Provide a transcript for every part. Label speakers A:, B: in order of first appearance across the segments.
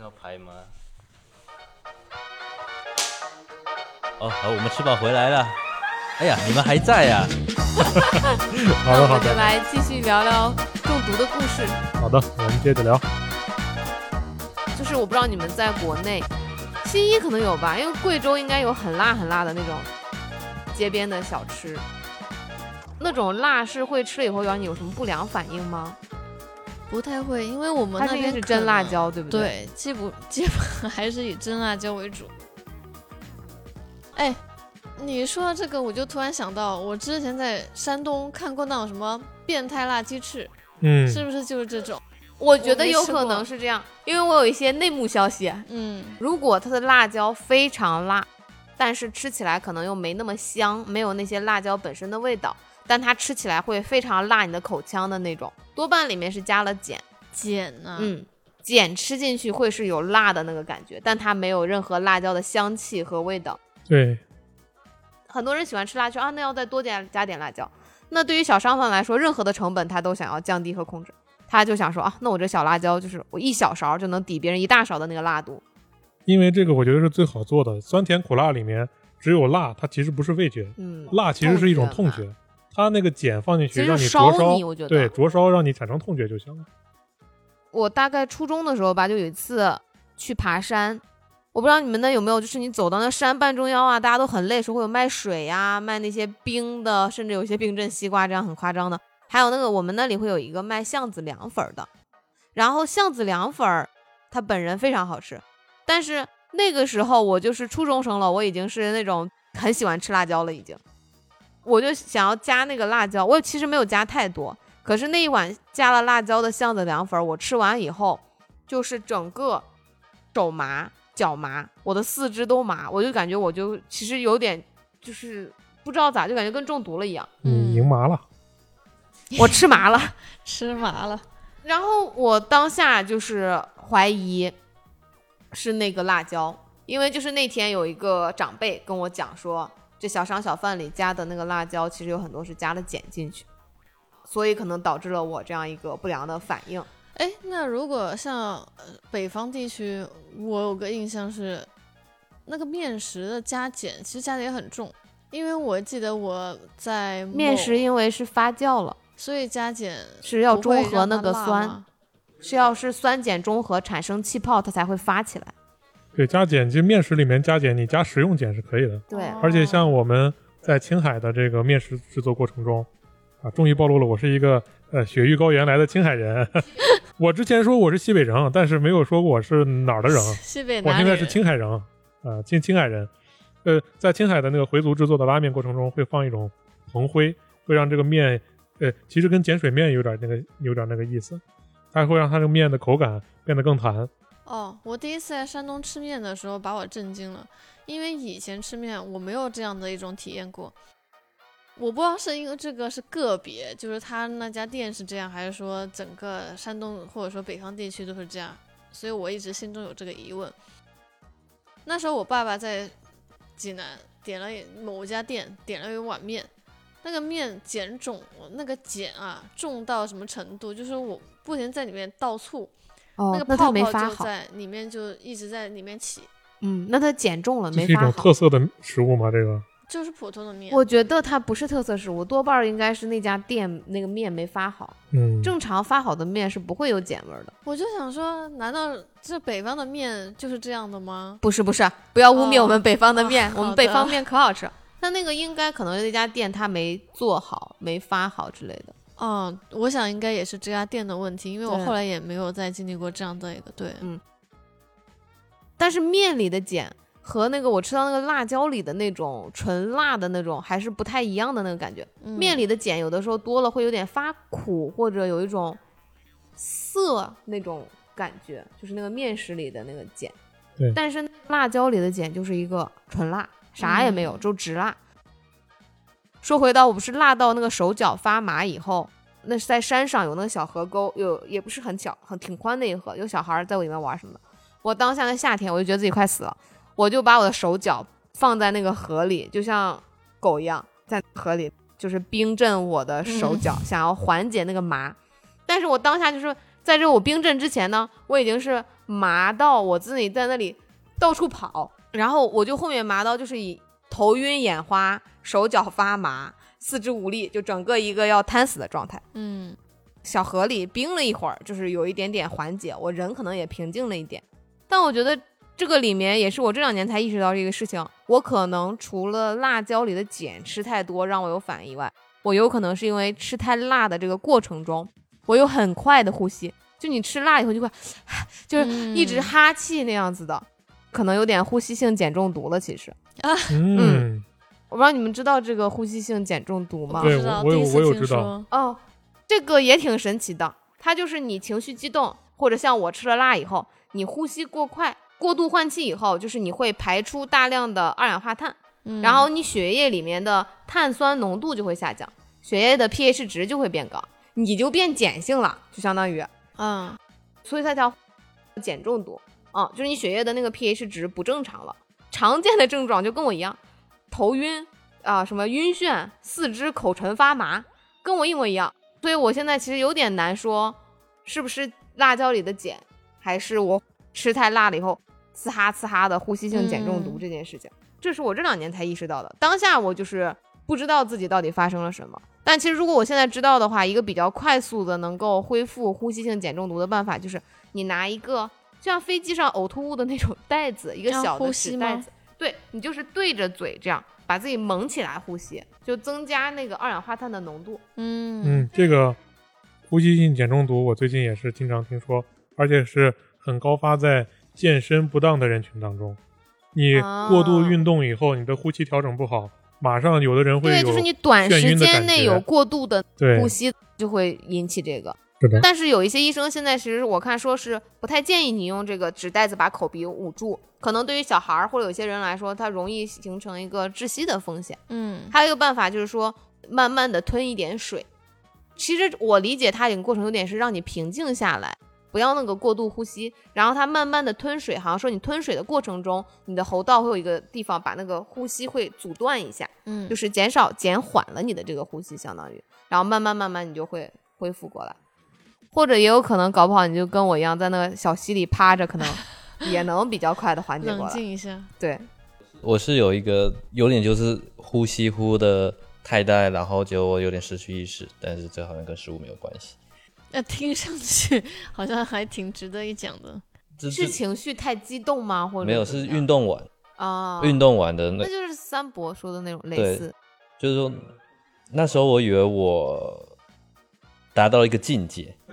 A: 要拍吗？
B: 哦，好，我们吃饱回来了。哎呀，你们还在呀、
C: 好
D: 那
C: 的
D: 我
C: 好
D: 们就
C: 的
D: 来继续聊聊中毒的故事。
C: 好的，我们接着聊。
D: 就是我不知道你们在国内，新一可能有吧，因为贵州应该有很辣很辣的那种街边的小吃，那种辣是会吃了以后让你有什么不良反应吗？
E: 不太会，因为我们
D: 它
E: 那
D: 是应该
E: 边
D: 是
E: 可
D: 真辣
E: 能，
D: 椒，对不？
E: 对，基本基本还是以真辣椒为主。哎，你说到这个，我就突然想到，我之前在山东看过那种什么变态辣鸡翅，
C: 嗯，
E: 是不是就是这种？
D: 我觉得
E: 我没
D: 有
E: 吃
D: 可
E: 过
D: 能是这样，因为我有一些内幕消息，啊
E: 嗯，
D: 如果它的辣椒非常辣，但是吃起来可能又没那么香，没有那些辣椒本身的味道，但它吃起来会非常辣你的口腔的那种，多半里面是加了碱。
E: 碱呐、
D: 嗯，碱吃进去会是有辣的那个感觉，但它没有任何辣椒的香气和味道。
C: 对，
D: 很多人喜欢吃辣椒啊，那要再多点加点辣椒。那对于小商贩来说，任何的成本他都想要降低和控制，他就想说啊，那我这小辣椒就是我一小勺就能抵别人一大勺的那个辣度。
C: 因为这个我觉得是最好做的，酸甜苦辣里面只有辣，它其实不是味觉，
D: 嗯，
C: 辣其实是一种痛
D: 嘛
C: 觉，它那个碱放进
D: 嗯其
C: 去
D: 实
C: 让
D: 烧
C: 灼烧
D: 你我觉得，
C: 对，灼烧让你产生痛觉就行了。
D: 我大概初中的时候吧，就有一次去爬山，我不知道你们那有没有，就是你走到那山半中央啊，大家都很累的时候，会有卖水呀、卖那些冰的，甚至有些冰镇西瓜这样很夸张的，还有那个我们那里会有一个卖橡子凉粉儿的，然后橡子凉粉儿它本人非常好吃，但是那个时候我就是初中生了，我已经是那种很喜欢吃辣椒了，已经，我就想要加那个辣椒，我其实没有加太多，可是那一碗加了辣椒的橡子凉粉儿，我吃完以后，就是整个手麻、脚麻，我的四肢都麻，我就感觉我就其实有点就是不知道咋，就感觉跟中毒了一 样，
C: 你
E: 嗯
C: 赢麻了，
D: 我吃麻了。
E: 吃麻了，
D: 然后我当下就是怀疑是那个辣椒，因为就是那天有一个长辈跟我讲说，这小商小贩里加的那个辣椒其实有很多是加了碱进去，所以可能导致了我这样一个不良的反应。
E: 哎，那如果像呃北方地区，我有个印象是，那个面食的加碱其实加的也很重，因为我记得我在
D: 面
E: 某
D: 食，因为是发酵了，
E: 所以加碱
D: 是要
E: 不会
D: 中和
E: 让
D: 那
E: 它
D: 个
E: 辣
D: 酸，
E: 吗。
D: 是要是酸碱中和产生气泡，它才会发起来。
C: 对，加碱，其实面食里面加碱，你加食用碱是可以的。
D: 对
C: 而
E: 哦
C: 且像我们在青海的这个面食制作过程中，啊，终于暴露了我是一个呃雪域高原来的青海人。 我之前说我是西北人，啊但是没有说我是哪儿的人，啊
E: 西北
C: 我
E: 哪
C: 现
E: 里
C: 在是
E: 人
C: 青海人，啊、青青海人。呃，在青海的那个回族制作的拉面过程中，会放一种蓬灰，会让这个面，呃，其实跟碱水面有点那个有点那个意思，它会让它这个面的口感变得更弹。
E: 哦，我第一次在山东吃面的时候把我震惊了，因为以前吃面我没有这样的一种体验过。我不知道是因为这个是个别，就是他那家店是这样，还是说整个山东或者说北方地区都是这样，所以我一直心中有这个疑问。那时候我爸爸在济南点了一某家店点了一碗面，那个面碱重，我那个碱啊重到什么程度，就是我不停在里面倒醋，
D: 哦
E: 那个
D: 那
E: 泡
D: 它没
E: 泡
D: 发
E: 就
D: 好，
E: 在里面就一直在里面起，
D: 嗯，那它碱中了
C: 这
D: 没
C: 是一
D: 发
C: 种
D: 好。
C: 特色的食物吗？这个
E: 就是普通的面。
D: 我觉得它不是特色食物，多半儿应该是那家店那个面没发好。
C: 嗯，
D: 正常发好的面是不会有碱味儿的。
E: 我就想说，难道这北方的面就是这样的吗？
D: 不是不是，不要污蔑
E: 哦
D: 我们北方的面，
E: 哦
D: 我们
E: 好
D: 北
E: 的
D: 方面可好吃。那那个应该可能那家店它没做好，没发好之类的。
E: 哦，我想应该也是这家店的问题，因为我
D: 对
E: 后来也没有再经历过这样的一个对。
D: 但是面里的碱和那个我吃到那个辣椒里的那种纯辣的那种还是不太一样的那个感觉。
E: 嗯
D: 面里的碱有的时候多了会有点发苦，或者有一种涩那种感觉，就是那个面食里的那个碱。
C: 对
D: 但是辣椒里的碱就是一个纯辣，啥也没有，
E: 嗯
D: 就直辣。说回到我不是辣到那个手脚发麻以后，那是在山上有那个小河沟，有也不是很小，很挺宽的一个河，有小孩儿在我里面玩什么的。我当下那夏天，我就觉得自己快死了，我就把我的手脚放在那个河里，就像狗一样在河里，就是冰镇我的手脚，想要缓解那个麻。但是我当下就是在这我冰镇之前呢，我已经是麻到我自己在那里到处跑，然后我就后面麻到就是以头晕眼花、手脚发麻、四肢无力，就整个一个要瘫死的状态。
E: 嗯，
D: 小河里冰了一会儿，就是有一点点缓解，我人可能也平静了一点。但我觉得这个里面也是我这两年才意识到这个事情，我可能除了辣椒里的碱吃太多让我有反应以外，我有可能是因为吃太辣的这个过程中，我有很快的呼吸，就你吃辣以后就会，就是一直
E: 嗯
D: 哈气那样子的，可能有点呼吸性碱中毒了。其实
C: 嗯，
D: 我不知道你们知道这个呼吸性碱中毒吗？
E: 不
C: 对
E: 知道
C: 我我有
E: 第一次
C: 我有
E: 听
C: 知道
E: 说
D: 哦，这个也挺神奇的，它就是你情绪激动，或者像我吃了辣以后，你呼吸过快。过度换气以后，就是你会排出大量的二氧化碳，
E: 嗯
D: 然后你血液里面的碳酸浓度就会下降，血液的 pH 值就会变高，你就变碱性了，就相当于，
E: 嗯
D: 所以它叫碱中毒啊，就是你血液的那个 pH 值不正常了。常见的症状就跟我一样，头晕啊、什么晕眩、四肢口唇发麻，跟我一模一样。所以我现在其实有点难说，是不是辣椒里的碱，还是我吃太辣了以后呲哈呲哈的呼吸性碱中毒
E: 嗯
D: 这件事情，这是我这两年才意识到的。当下我就是不知道自己到底发生了什么。但其实如果我现在知道的话，一个比较快速的能够恢复呼吸性碱中毒的办法，就是你拿一个就像飞机上呕吐物的那种袋子，一个
E: 让
D: 小的
E: 呼
D: 纸
E: 吸
D: 袋
E: 吗
D: 子，对你就是对着嘴这样把自己蒙起来呼吸，就增加那个二氧化碳的浓度。
E: 嗯
C: 嗯，这个呼吸性碱中毒，我最近也是经常听说，而且是很高发在健身不当的人群当中。你过度
D: 啊
C: 运动以后，你的呼吸调整不好，马上有的人会
D: 对，
C: 有
D: 就是你短
C: 眩
D: 时
C: 晕的
D: 间
C: 感
D: 内
C: 觉
D: 有过度的
C: 对
D: 呼吸就会引起这个。
C: 是的
D: 但是有一些医生现在其实我看说是不太建议你用这个纸袋子把口鼻捂住，可能对于小孩儿或者有些人来说，它容易形成一个窒息的风险。
E: 嗯
D: 还有一个办法就是说，慢慢的吞一点水。其实我理解它这个过程有点是让你平静下来，不要那个过度呼吸，然后它慢慢的吞水，好像说你吞水的过程中，你的喉道会有一个地方把那个呼吸会阻断一下，
E: 嗯
D: 就是减少减缓了你的这个呼吸，相当于，然后慢慢慢慢你就会恢复过来，或者也有可能搞不好你就跟我一样在那个小溪里趴着，可能也能比较快的缓解过
E: 冷
D: 来。
E: 静一下，
D: 对，
B: 我是有一个有点就是呼吸呼的太大，然后结果我有点失去意识，但是这好像跟食物没有关系。
E: 那听上 去好像还挺值得一讲的。
B: 这
D: 是
B: 这
D: 情绪太激动吗？或者
B: 没有
D: 怎么
B: 是
D: 样
B: 运动完，
D: 啊，
B: 运动完的那
D: 那就是三伯说的那种类
B: 对
D: 似，
B: 就是说，那时候我以为我达到了一个境界，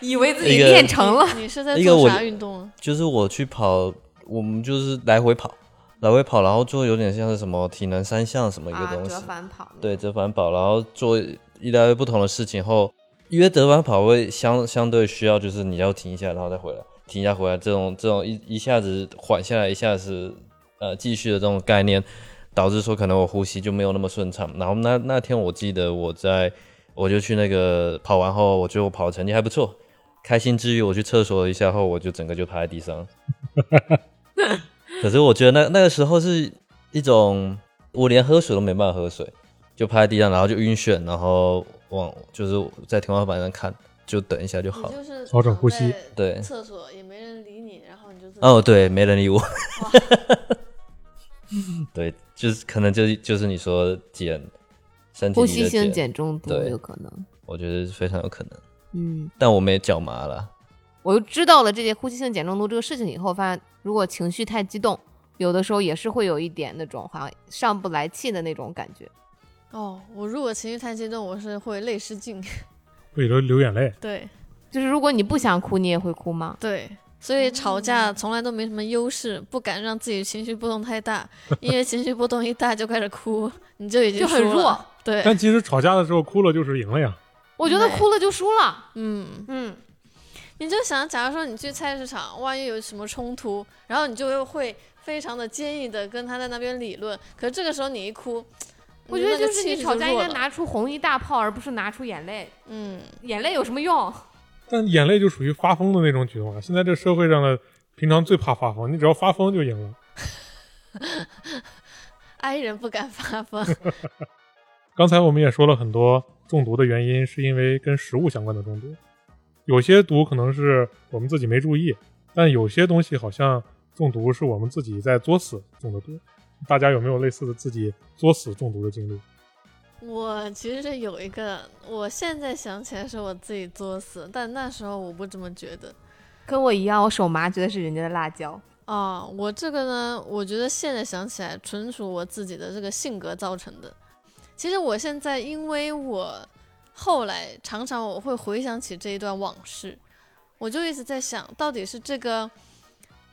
D: 以为自
B: 己一个练
D: 成了，
E: 你是在
B: 一个
E: 做
B: 我
E: 啥运动啊？
B: 就是我去跑，我们就是来回跑，来回跑，然后做有点像是什么体能三项什么一个
D: 啊，
B: 东西，
D: 折返跑，
B: 对，折返跑，然后做一大堆不同的事情后，因为折返跑会相相对需要就是你要停一下，然后再回来，停一下回来，这种这种一一下子缓下来，一下子呃继续的这种概念，导致说可能我呼吸就没有那么顺畅。然后那那天我记得我在我就去那个跑完后，我觉得我跑的成绩还不错，开心之余我去厕所了一下后，我就整个就趴在地上。可是我觉得那那个时候是一种，我连喝水都没办法喝水，就趴在地上，然后就晕眩，然后往就是在天花板上看，就等一下就
E: 你
B: 好。
E: 就是
C: 调整呼吸，
B: 对
E: 厕所也没人理你，然后你就自己
B: 哦，对，没人理我。 对，就是可能就是就是你说碱，身体
D: 呼
B: 里
D: 吸
B: 的
D: 性
B: 碱，
D: 碱中毒
B: 对
D: 有可能。
B: 我觉得是非常有可能。
D: 嗯，
B: 但我没脚麻了，
D: 我就知道了这些呼吸性碱中毒这个事情以后，发现如果情绪太激动，有的时候也是会有一点那种好像上不来气的那种感觉。
E: 哦，我如果情绪太激动，我是会泪失禁。
C: 会流流眼泪。
E: 对
D: 就是如果你不想哭，你也会哭吗？
E: 对，所
D: 嗯
E: 以吵架从来都没什么优势，不敢让自己情绪波动太大，因为情绪波动一大就开始哭，你就已经
D: 就很
E: 输了
D: 弱。
E: 对，
C: 但其实吵架的时候哭了就是赢了呀。
D: 我觉得
E: 对
D: 哭了就输了。
E: 嗯，
D: 嗯，
E: 你就想，假如说你去菜市场，万一有什么冲突，然后你就会非常的坚毅的跟他在那边理论，可是这个时候你一哭，
D: 我觉得
E: 那个
D: 就是
E: 气
D: 你
E: 势
D: 吵架应
E: 弱
D: 该
E: 了
D: 拿出红衣大炮，而不是拿出眼泪。
E: 嗯，
D: 眼泪有什么用？
C: 但眼泪就属于发疯的那种举动啊。现在这社会上的平常最怕发疯，你只要发疯就赢了。
E: 哀人不敢发疯。
C: 刚才我们也说了很多中毒的原因，是因为跟食物相关的中毒。有些毒可能是我们自己没注意，但有些东西好像中毒是我们自己在作死中的毒。大家有没有类似的自己作死中毒的经历？
E: 我其实有一个，我现在想起来是我自己作死，但那时候我不这么觉得。
D: 跟我一样，我手麻觉得是人家的辣椒。
E: 啊，我这个呢，我觉得现在想起来，纯属我自己的这个性格造成的。其实我现在，因为我后来常常我会回想起这一段往事，我就一直在想，到底是这个，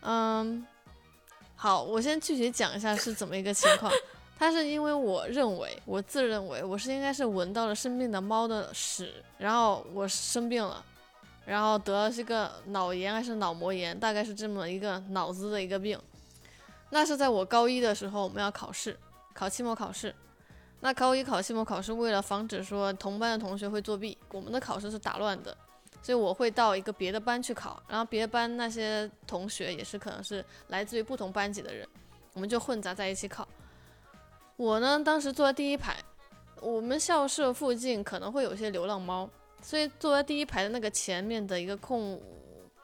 E: 嗯，好，我先具体讲一下是怎么一个情况。它是因为我认为，我自认为我是应该是闻到了生病的猫的屎，然后我生病了，然后得了这个脑炎还是脑膜炎，大概是这么一个脑子的一个病。那是在我高一的时候，我们要考试，考期末考试。那高一考期末考试，为了防止说同班的同学会作弊，我们的考试是打乱的，所以我会到一个别的班去考，然后别的班那些同学也是可能是来自于不同班级的人，我们就混杂在一起考。我呢，当时坐在第一排，我们校舍附近可能会有一些流浪猫，所以坐在第一排的那个前面的一个空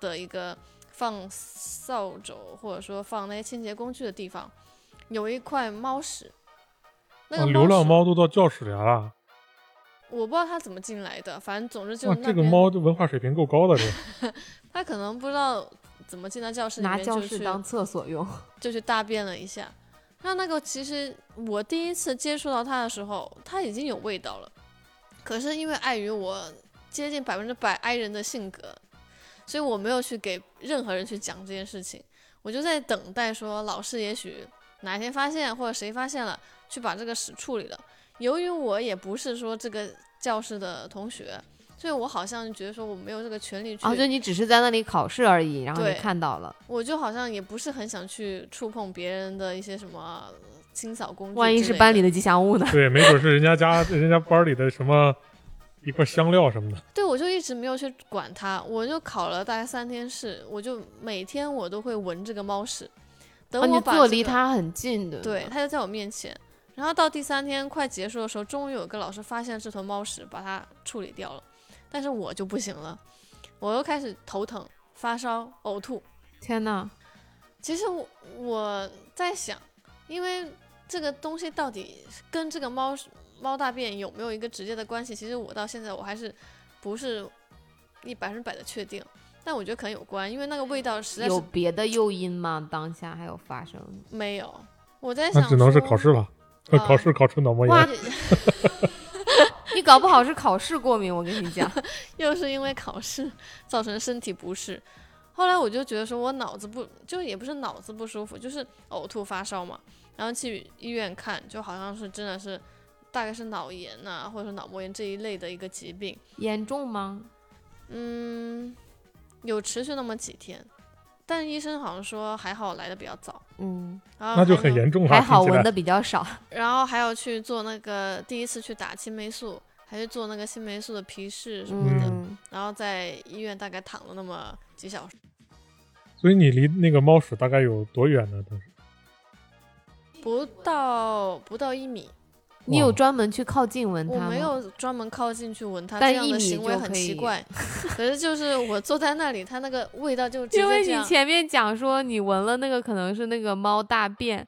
E: 的一个放扫帚或者说放那些清洁工具的地方，有一块猫屎。那个
C: 啊流浪
E: 屎
C: 猫都到教室里来了，
E: 我不知道他怎么进来的，反正总之就
C: 哇，
E: 那
C: 这
E: 边
C: 个猫的文化水平够高的，这
E: 他可能不知道怎么进到教室里
D: 拿
E: 面
D: 教
E: 就
D: 室
E: 去
D: 当厕所用，
E: 就去大便了一下。那那个其实我第一次接触到它的时候，它已经有味道了，可是因为碍于我接近百分之百 I 人的性格，所以我没有去给任何人去讲这件事情，我就在等待说老师也许哪天发现或者谁发现了，去把这个屎处理了。由于我也不是说这个教室的同学，所以我好像觉得说我没有这个权利去。
D: 啊，就你只是在那里考试而已，然后你
E: 对
D: 看到了，
E: 我就好像也不是很想去触碰别人的一些什么清扫嗯工具之类的，
D: 万一是班里的吉祥 物呢？啊
C: 对，没准是人家家人家班里的什么一块香料什么的。
E: 对，我就一直没有去管它，我就考了大概三天试，我就每天我都会闻这个猫屎，等
D: 哦，你
E: 我把、这
D: 坐离
E: 个
D: 它很近的，
E: 对，，它就在我面前。然后到第三天快结束的时候，终于有个老师发现这坨猫屎，把它处理掉了。但是我就不行了，我又开始头疼、发烧、呕吐，
D: 天哪，
E: 其实我我在想，因为这个东西到底跟这个猫猫大便有没有一个直接的关系？其实我到现在我还是不是一百分之百的确定，但我觉得可能有关，因为那个味道实在
D: 有
E: 是
D: 别的诱因吗？当下还有发生？
E: 没有。我在
C: 那
E: 想，
C: 只能是考试。了，
E: 啊
C: 考试考出脑膜
D: 哇
C: 炎。
D: 你搞不好是考试过敏，我跟你 讲，
E: 又是因为考试造成身体不适。后来我就觉得说，我脑子不就也不是脑子不舒服，就是呕吐发烧嘛。然后去医院看，就好像是真的是大概是脑炎呐、或者是脑膜炎这一类的一个疾病。
D: 严重吗？
E: 嗯，有持续那么几天，但医生好像说还好来的比较早，
D: 嗯，
E: 然后
C: 那就
E: 还
C: 很
E: 有
C: 严重了，
D: 还好
C: 听起
D: 闻
C: 来
D: 的比较少。
E: 然后还要去做那个第一次去打青霉素，还去做那个青霉素的皮试什么的，
D: 嗯，
E: 然后在医院大概躺了那么几小时。
C: 所以你离那个猫屎大概有多远呢？当时
E: 不到不到一米，
D: 你有
C: 哇
D: 专门去靠近闻它
E: 我
D: 吗？
E: 没有专门靠近去闻它，
D: 但
E: 这样
D: 一
E: 的
D: 米
E: 行为
D: 就
E: 很
D: 可
E: 奇
D: 以
E: 怪。可是就是我坐在那里，它那个味道就直
D: 因
E: 接
D: 为
E: 这
D: 你
E: 样。
D: 前面讲说你闻了那个可能是那个猫大便，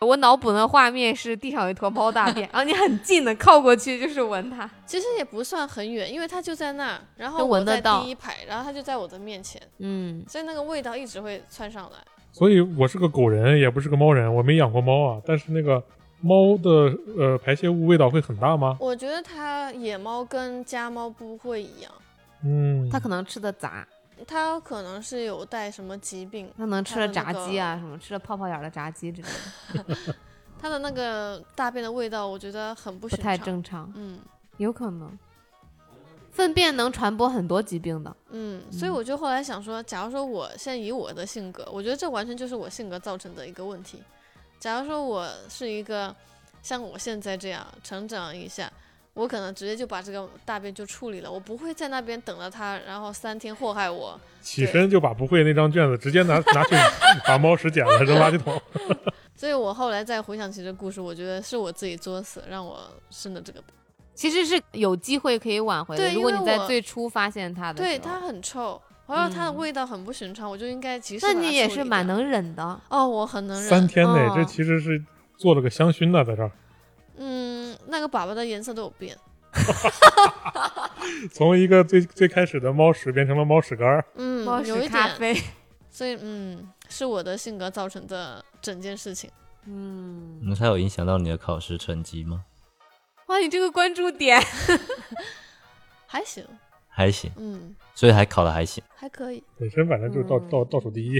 D: 我脑补的画面是地上有一坨猫大 便，然后你很近的靠过去就是闻它，
E: 其实也不算很远，因为它就在那儿，然后
D: 就
E: 我
D: 闻得
E: 在
D: 到
E: 第一排，然后它就在我的面前，
D: 嗯，
E: 所以那个味道一直会窜上来。
C: 所以我是个狗人，也不是个猫人，我没养过猫啊。但是那个猫的呃排泄物味道会很大吗？
E: 我觉得它野猫跟家猫不会一样，
C: 嗯，
D: 它可能吃的杂，
E: 它可能是有带什么疾病，
D: 它可能吃了炸鸡
E: 它
D: 啊什么，吃了泡泡眼儿的炸鸡之类的，
E: 它的那个大便的味道，我觉得很不
D: 不
E: 寻
D: 太
E: 常。
D: 正常，
E: 嗯
D: 有可能。粪便能传播很多疾病的，
E: 嗯，所以我就后来想说，假如说我现在以我的性格，我觉得这完全就是我性格造成的一个问题。假如说我是一个像我现在这样成长一下，我可能直接就把这个大便就处理了，我不会在那边等着它，然后三天祸害我。
C: 起身就把不会那张卷子直接拿拿去 把猫屎捡了扔垃圾 桶。
E: 所以我后来再回想起这故事，我觉得是我自己作死，让我生的这个病。
D: 其实是有机会可以挽回的。
E: 对
D: 如果
E: 因为
D: 你在
E: 我
D: 最初发现它的时
E: 对，
D: 候，
E: 它很臭，我要它的味道很不寻常，我就应该及时
D: 那
E: 把它
D: 你也
E: 处
D: 是
E: 理
D: 蛮
E: 掉
D: 能忍的。
E: 哦，我很能忍。
C: 三天内
D: 哦，
C: 这其实是做了个香薰的，在这儿，
E: 嗯，那个粑粑的颜色都有变。
C: 从一个最最开始的猫屎变成了猫屎干儿。
E: 嗯
D: 猫，
E: 有
D: 屎
E: 一
D: 咖
E: 点。
D: 啡，
E: 所以嗯，是我的性格造成的整件事情。
D: 嗯，
B: 嗯，它有影响到你的考试成绩吗？
D: 哇，你这个关注点，
E: 还行，
B: 还行，
E: 嗯，
B: 所以还考的还行。
E: 还可以。
C: 本身反正就是倒
D: 嗯
C: 倒倒数第一，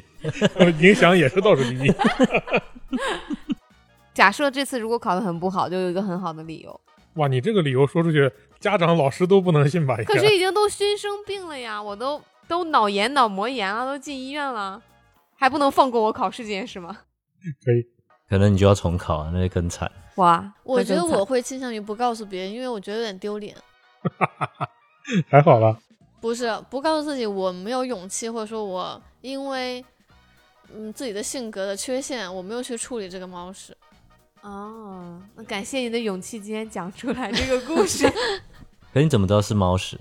C: 影响也是倒数第一。
D: 假设这次如果考得很不好，就有一个很好的理由。
C: 哇，你这个理由说出去，家长老师都不能信吧？应该
D: 可是已经都心生病了呀，我都都脑炎、脑膜炎了，都进医院了，还不能放过我考试这件事吗？
C: 可以，
B: 可能你就要重考啊，那就更惨。
D: 哇，
E: 我觉得
D: 那更惨
E: 我会倾向于不告诉别人，因为我觉得有点丢脸。
C: 还好吧？
E: 不是不告诉自己，我没有勇气，或者说我因为嗯自己的性格的缺陷，我没有去处理这个猫屎。
D: 哦，那感谢你的勇气，今天讲出来这个故 事。
B: 可你怎么知道是猫屎？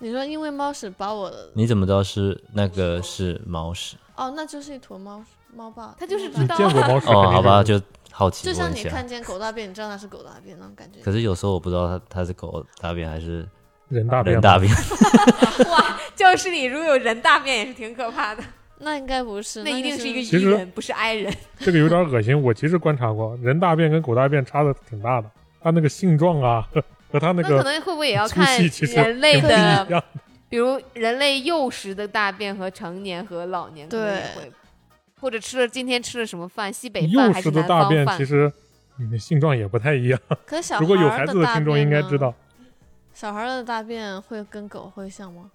E: 你说因为猫屎把我的
B: 你怎么知道是那个是猫屎？
E: 哦，那就是一坨猫屎猫爸，
D: 他就是
E: 猫
D: 知
C: 你
E: 爸
D: 道
C: 见过猫屎？
B: 哦，好吧，
C: 肯定是
B: 就好奇
E: 就像
B: 问一
E: 你看
B: 下。
E: 见狗大便，你知道那是狗大便那种感觉。
B: 可是有时候我不知道它它是狗大便还是
C: 人大便
B: 人
C: 嘛
B: 大便，
D: 哇，教室里如果有人大便也是挺可怕的，
E: 那应该不是，
D: 那一定是一个
E: 个。
C: 其
D: 伊
C: 实
D: 人，不是 i 人。
C: 这个有点恶心。我其实观察过，人大便跟狗大便差的挺大的，它那个性状啊和和它那
D: 那可
C: 个
D: 能会不会也要
C: 粗
D: 看
C: 细其实
D: 人类
C: 挺不一
D: 的
C: 样，
D: 比如人类幼时的大便和成年和老年可能也
E: 对
D: 会，或者吃了今天吃了什么饭，西北饭
C: 幼时
D: 还是
C: 的
D: 南
C: 大
D: 方
C: 便
D: 饭？
C: 其实你的性状也不太一样。
E: 可是小孩
C: 如果有
E: 儿
C: 孩
E: 的
C: 子的
E: 大
C: 听众应
E: 便
C: 该
E: 呢
C: 知，道，
E: 小孩儿的大便会跟狗会像吗？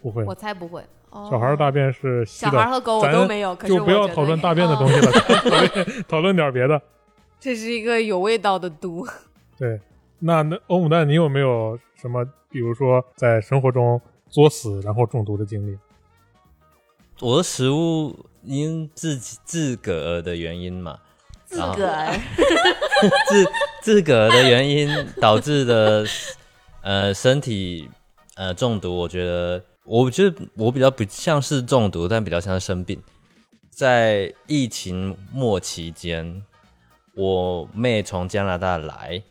C: 不会
D: 我，猜不会，
E: 哦，
C: 小孩儿大便是稀
D: 小孩
C: 的，
D: 和狗我
C: 咱
D: 都没有，可是
C: 就不
D: 我
C: 要
D: 觉
C: 讨
D: 得
C: 论
D: 也哦
C: 大便的东西 了，讨论讨论点别的。
D: 这是一个有味道的毒。
C: 对，那那欧姆蛋，你有没有什么，比如说在生活中作死然后中毒的经历？
B: 我的食物因自己自个儿的原因嘛，
D: 自
B: 然后
D: 个儿，
B: 自自个儿的原因导致的，呃，身体呃中毒，我觉得，我觉得我比较不像是中毒，但比较像是生病。在疫情末期间，我妹从加拿大来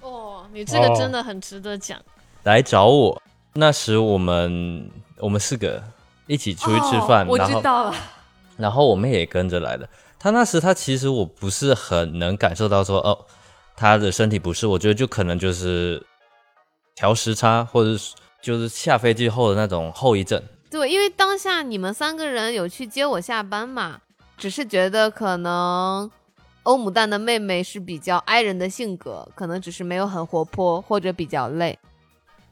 E: 哦，你这个真的很值得讲。
B: 来找我，那时我们我们四个一起出去吃饭，
D: 哦我
B: 然
D: 知
B: 后
D: 道了。
B: 然后我妹也跟着来了。她那时她其实我不是很能感受到说哦，她的身体不适，我觉得就可能就是调时差，或者是就是下飞机后的那种后遗症。
D: 对，因为当下你们三个人有去接我下班嘛，只是觉得可能欧姆蛋的妹妹是比较 i 人的性格，可能只是没有很活泼或者比较累。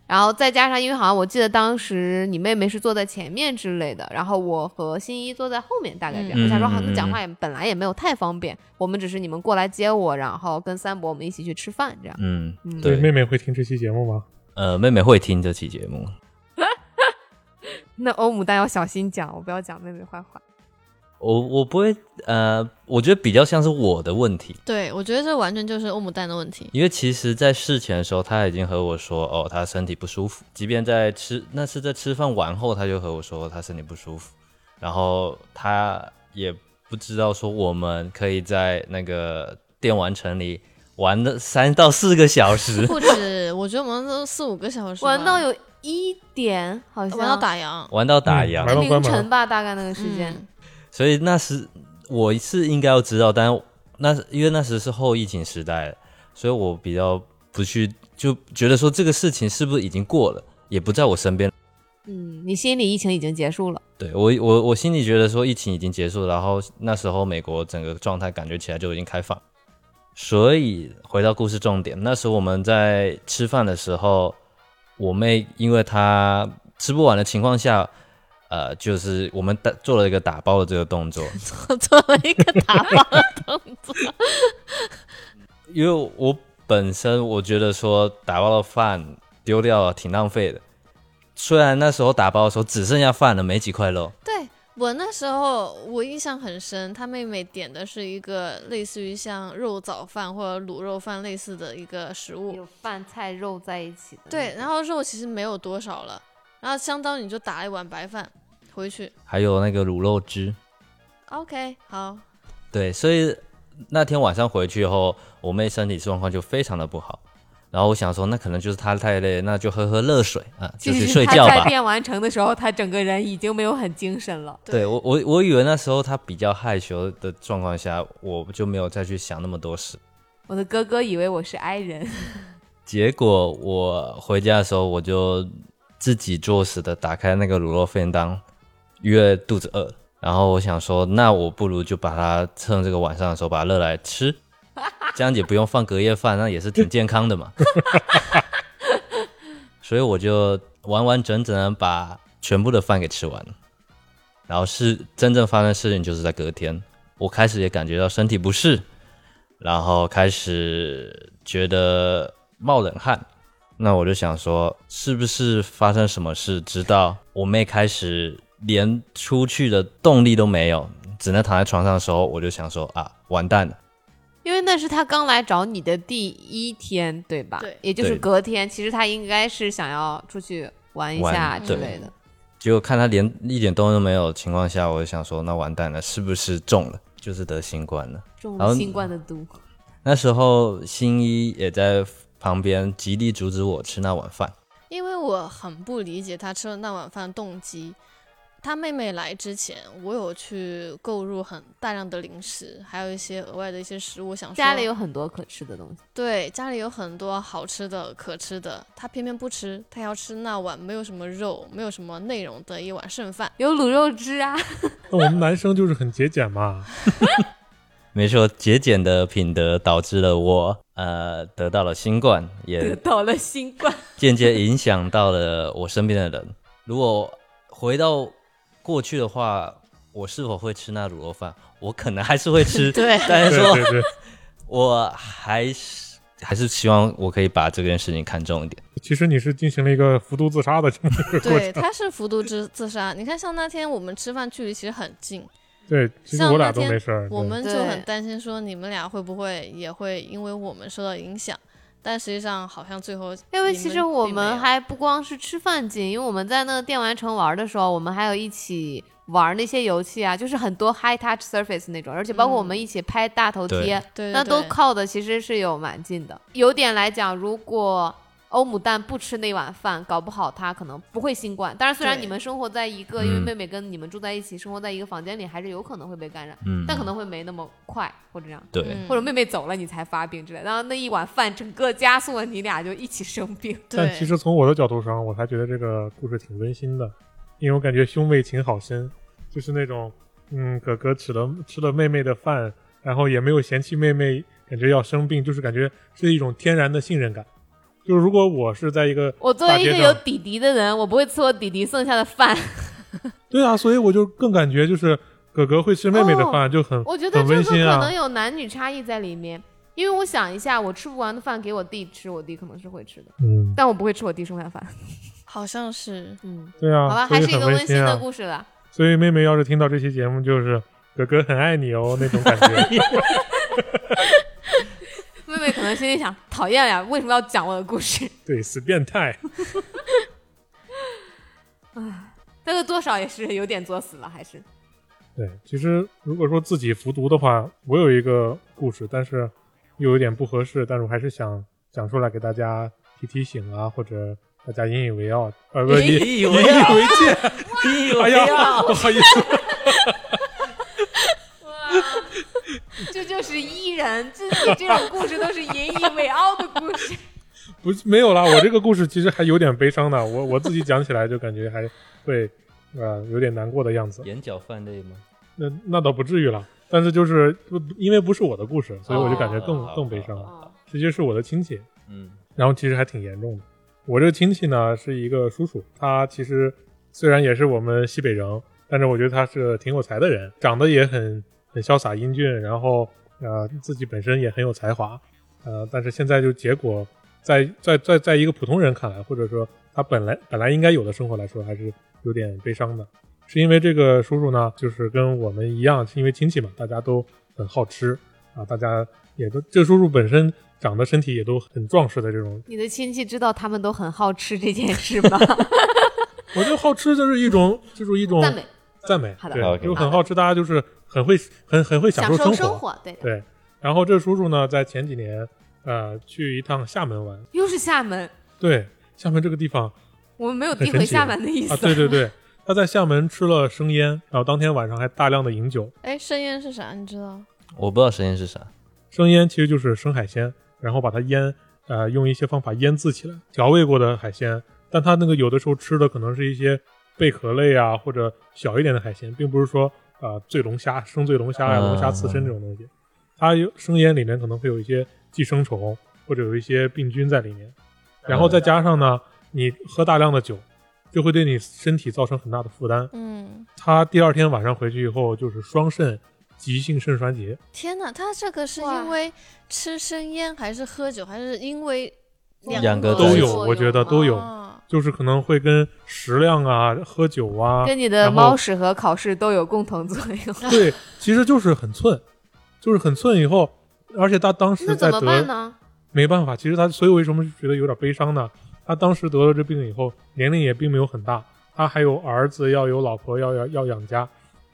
D: 然后再加上，因为好像我记得当时你妹妹是坐在前面之类的，然后我和新一坐在后面，大概这样。
B: 嗯
D: 我想说，好像讲话也本来也没有太方便，我们只是你们过来接我，然后跟三伯我们一起去吃饭这样。
B: 嗯，
D: 嗯
C: 对，妹
B: 对，
C: 妹会听这期节目吗？
B: 呃，妹妹会听这期节目，
D: 那欧姆蛋要小心讲，我不要讲妹妹坏话。
B: 我我不会，呃，我觉得比较像是我的问题，
E: 对，我觉得这完全就是欧姆蛋的问 题。
B: 因为其实，在事前的时候，她已经和我说，哦，她身体不舒服。即便在吃，那是在吃饭完后，她就和我说她身体不舒服。然后她也不知道说我们可以在那个电玩城里玩了三到四个小时，
E: 不止，我觉得我们都四五个小时吧，
D: 玩到有一点，好像
E: 玩到打烊。
B: 玩到打烊。
C: 嗯玩到
D: 凌晨吧，大概那个时间。
E: 嗯，
B: 所以那时我是应该要知道，但是那是因为那时是后疫情时代了，所以我比较不去，就觉得说这个事情是不是已经过了，也不在我身边。
D: 嗯，你心里疫情已经结束了。
B: 对我，我我心里觉得说疫情已经结束，然后那时候美国整个状态感觉起来就已经开放，所以回到故事重点，那时候我们在吃饭的时候，我妹因为她吃不完的情况下，呃，就是我们打做了一个打包的这个动作，
E: 我做了一个 打包的动作。
B: 因为我本身我觉得说打包的饭丢掉了挺浪费的，虽然那时候打包的时候只剩下饭了，没几块肉，
E: 对我那时候我印象很深，他妹妹点的是一个类似于像肉早饭或者卤肉饭类似的一个食物，
D: 有饭菜肉在一起的。
E: 对，然后肉其实没有多少了，然后相当于你就打一碗白饭，回去。
B: 还有那个卤肉汁。
E: OK，好，
B: 对，所以那天晚上回去后，我妹身体状况就非常的不好。然后我想说，那可能就是她太累，那就喝喝热水啊，就去睡觉
D: 他在
B: 吧。
D: 变完成的时候，他整个人已经没有很精神了。
B: 对我，我我以为那时候她比较害羞的状况下，我就没有再去想那么多事。
D: 我的哥哥以为我是 I 人，
B: 结果我回家的时候，我就自己作死的打开那个卤肉便当，因为肚子饿，然后我想说，那我不如就把它趁这个晚上的时候把它热来吃，这样也不用放隔夜饭，那也是挺健康的嘛。 所以我就完完整整的把全部的饭给吃完了，然后是真正发生事情就是在隔天，我开始也感觉到身体不适，然后开始觉得冒冷汗。那我就想说，是不是发生什么事？直到我妹开始连出去的动力都没有，只能躺在床上的时候，我就想说啊，完蛋了。
D: 因为那是他刚来找你的第一天，对吧？
E: 对
D: 也就是
B: 对
D: 隔天，其实他应该是想要出去玩一下
B: 玩
D: 之
B: 对
D: 类的。
B: 结果看她连一点动力都没有的情况下，我就想说，那完蛋了，是不是中了？就是得新冠了。
D: 中
B: 然
D: 了
B: 后
D: 新冠的毒，
B: 那时候新一也在旁边极力阻止我吃那碗饭。
E: 因为我很不理解他吃了那碗饭的动机。他妹妹来之前，我有去购入很大量的零食，还有一些额外的一些食物，想说
D: 家里有很多可吃的东西。
E: 对家里有很多好吃的、可吃的，他偏偏不吃，他要吃那碗没有什么肉、没有什么内容的一碗剩饭。，
D: 有卤肉汁啊，
C: 那我们男生就是很节俭嘛，
B: 没错，节俭的品德导致了我呃得到了新冠，
D: 得
B: 也
D: 到了新冠。
B: 间接影响到了我身边的人。如果回到过去的话，我是否会吃那卤肉饭？我可能还是会吃
E: 对
B: 但是
C: 对
B: 说
C: 对对，
B: 我还是还是希望我可以把这件事情看重一点。
C: 其实你是进行了一个服毒自杀的这么一个过程。
E: 对，他是服毒自自杀。你看，像那天我们吃饭距离其实很近，
C: 对，其实
E: 像
C: 我俩
E: 那
C: 都
E: 天
C: 没事儿。
E: 我
C: 对
E: 们就
D: 对
E: 很担心说你们俩会不会也会因为我们受到影响，但实际上好像最后
D: 因为
E: 你
D: 其
E: 们
D: 实我
E: 并没
D: 们
E: 有
D: 还不光是吃饭进，因为我们在那个电玩城玩的时候，我们还有一起玩那些游戏啊，就是很多 high touch surface 那种，而且包括我们一起拍大头贴，
E: 嗯对对
D: 那都
E: 对
D: 靠的其实是有蛮近的。有点来讲，如果欧姆蛋不吃那碗饭，搞不好他可能不会新冠。当然，虽然
E: 对
D: 你们生活在一个，因为
B: 嗯
D: 妹妹跟你们住在一起，生活在一个房间里，还是有可能会被感染，
B: 嗯，
D: 但可能会没那么快或者这样。
B: 对、
E: 嗯
D: 或者妹妹走了你才发病之类的，然后那一碗饭整个加速了你俩就一起生病。
E: 对，
C: 但其实从我的角度上，我还觉得这个故事挺温馨的，因为我感觉兄妹情好深，就是那种，嗯，哥哥吃了吃了妹妹的饭，然后也没有嫌弃妹妹，感觉要生病，就是感觉是一种天然的信任感。就是如果我是在一个
D: 我作为
C: 大
D: 一个
C: 街上
D: 有底底的人，我不会吃我底底剩下的饭。
C: 对啊，所以我就更感觉就是哥哥会吃妹妹的饭，就很
D: 哦我觉得
C: 很
D: 这个
C: 温馨
D: 可
C: 啊
D: 能。有男女差异在里面，因为我想一下，我吃不完的饭给我弟吃，我弟可能是会吃的，
C: 嗯，
D: 但我不会吃我弟剩下的饭。
E: 好像是
D: 嗯，
C: 对
D: 好吧，
C: 啊，所
D: 还
C: 以
D: 是一
C: 很
D: 个温馨
C: 馨
D: 的
C: 啊。
D: 故事了。
C: 所以妹妹要是听到这期节目，就是哥哥很爱你哦那种 感觉。
D: 妹妹可能心里想，讨厌呀，为什么要讲我的故事？
C: 对，死变态。
D: 但是多少也是有点作死了，还 是
C: 对，其实如果说自己服毒的话，我有一个故事，但是又有点不合适，但是我还是想讲出来给大家提提醒啊，或者大家引以为傲，呃，不
B: 引
C: 引
B: 以
C: 引
B: 为
C: 以
B: 傲
C: 为戒。哎 呀，不好意思，
D: 这就是伊人，这你这种故事都是引以为傲的故 事。
C: 不是没有啦，我这个故事其实还有点悲伤的，我我自己讲起来就感觉还会呃有点难过的样子。
B: 眼角泛泪吗？
C: 那那倒不至于了，但是就是不因为不是我的故事，所以我就感觉更、
B: 哦
C: 更悲伤了。
D: 啊
C: 这就是我的亲戚，
B: 嗯
C: 然后其实还挺严重的。我这个亲戚呢是一个叔叔，他其实虽然也是我们西北人，但是我觉得他是个挺有才的人，长得也很很潇洒英俊，然后呃自己本身也很有才华，呃，但是现在就结果在在在在一个普通人看来，或者说他本来本来应该有的生活来说，还是有点悲伤的。是因为这个叔叔呢，就是跟我们一样，是因为亲戚嘛，大家都很好吃啊，大家也都这个叔叔本身长得身体也都很壮实的这种 嗯
D: 你的亲戚知道他们都很好吃这件事吗？
C: 我觉得好吃就是一种，就是一种
A: 赞美，
C: 赞美，
A: 好的
C: 对，
B: 好，OK
C: 就是很好吃，大家就是很会很很会享
A: 享受
C: 生
A: 生活，对的，
C: 对，然后这叔叔呢，在前几年呃去一趟厦门玩，
D: 又是厦门，
C: 对，厦门这个地方
D: 我们没有
C: 很
D: 诋
C: 神
D: 毁
C: 奇
D: 厦门的意思。
C: 啊，对对 对，他在厦门吃了生腌，然后当天晚上还大量的饮酒。
E: 哎，生腌是啥？你知道？
B: 我不知道神仙是啥，
C: 生腌其实就是生海鲜，然后把它腌，呃，用一些方法腌制起来，调味过的海鲜。但它那个有的时候吃的可能是一些贝壳类啊，或者小一点的海鲜，并不是说啊醉龙虾、生醉龙虾呀、
B: 嗯
C: 龙虾刺身这种东西。它有生腌里面可能会有一些寄生虫或者有一些病菌在里面，然后再加上呢，你喝大量的酒，就会对你身体造成很大的负担。
E: 嗯，
C: 他第二天晚上回去以后就是双肾急性肾衰竭，
E: 天哪，他这个是
A: 哇
E: 因为吃生腌还是喝酒，还是因为
B: 两个
E: 个
B: 都
E: 作
B: 有
E: 用
C: 我觉得都有
E: 啊
C: 就是可能会跟食量啊、喝酒啊，
D: 跟你的
C: 然后
D: 猫屎和考试都有共同作用。
C: 对，其实就是很寸，就是很寸。以后，而且他当时
D: 那
C: 在
D: 怎么办
C: 得
D: 呢？
C: 没办法，其实他所以为什么觉得有点悲伤呢？他当时得了这病以后，年龄也并没有很大，他还有儿子，要有老婆，要要要养家。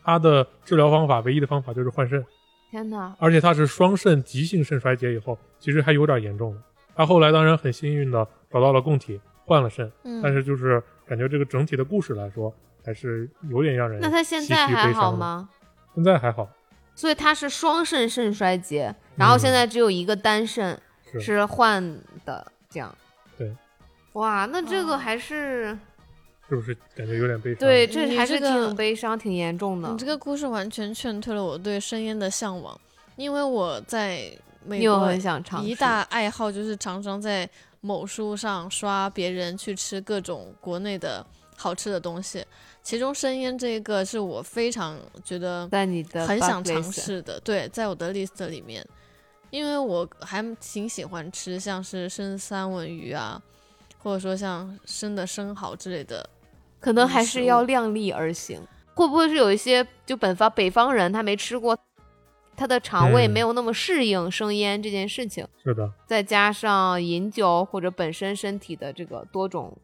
C: 他的治疗方法唯一的方法就是换肾，
D: 天哪！
C: 而且他是双肾急性肾衰竭以后，其实还有点严重的。他后来当然很幸运的找到了供体，换了肾，
E: 嗯，
C: 但是就是感觉这个整体的故事来说，还是有点让人
D: 那他现
C: 唏
D: 在
C: 嘘
D: 还
C: 悲
D: 好
C: 伤的？
D: 吗？
C: 现在还好，
D: 所以他是双肾肾衰竭，然后现在只有一个单肾、
C: 嗯是
D: 是换的，这样。
C: 对。嗯
D: 哇，那这个
E: 哇
D: 还是、
C: 是不是感觉有点悲伤？
D: 对，
E: 你
D: 这还是
E: 这个
D: 挺悲伤、挺严重的
E: 你。这个故事完全劝退了我对生腌的向往，因为我在
D: 你
E: 美
D: 有
E: 国
D: 很想尝试？
E: 一大爱好就是常常在某书上刷别人去吃各种国内的好吃的东西，其中生腌这一个是我非常觉得
D: 在你的
E: 很
D: bucket
E: 想尝
D: list
E: 试的，对，在我的 list 里面，因为我还挺喜欢吃像是生三文鱼啊，或者说像生的生蚝之类的，
D: 可能
E: 饮
D: 还
E: 食
D: 是要
E: 物
D: 量力而行。会不会是有一些就本方北方人他没吃过，他的肠胃
C: 嗯
D: 没有那么适应生腌这件事情，
C: 是的，
D: 再加上饮酒或者本身身体的这个多种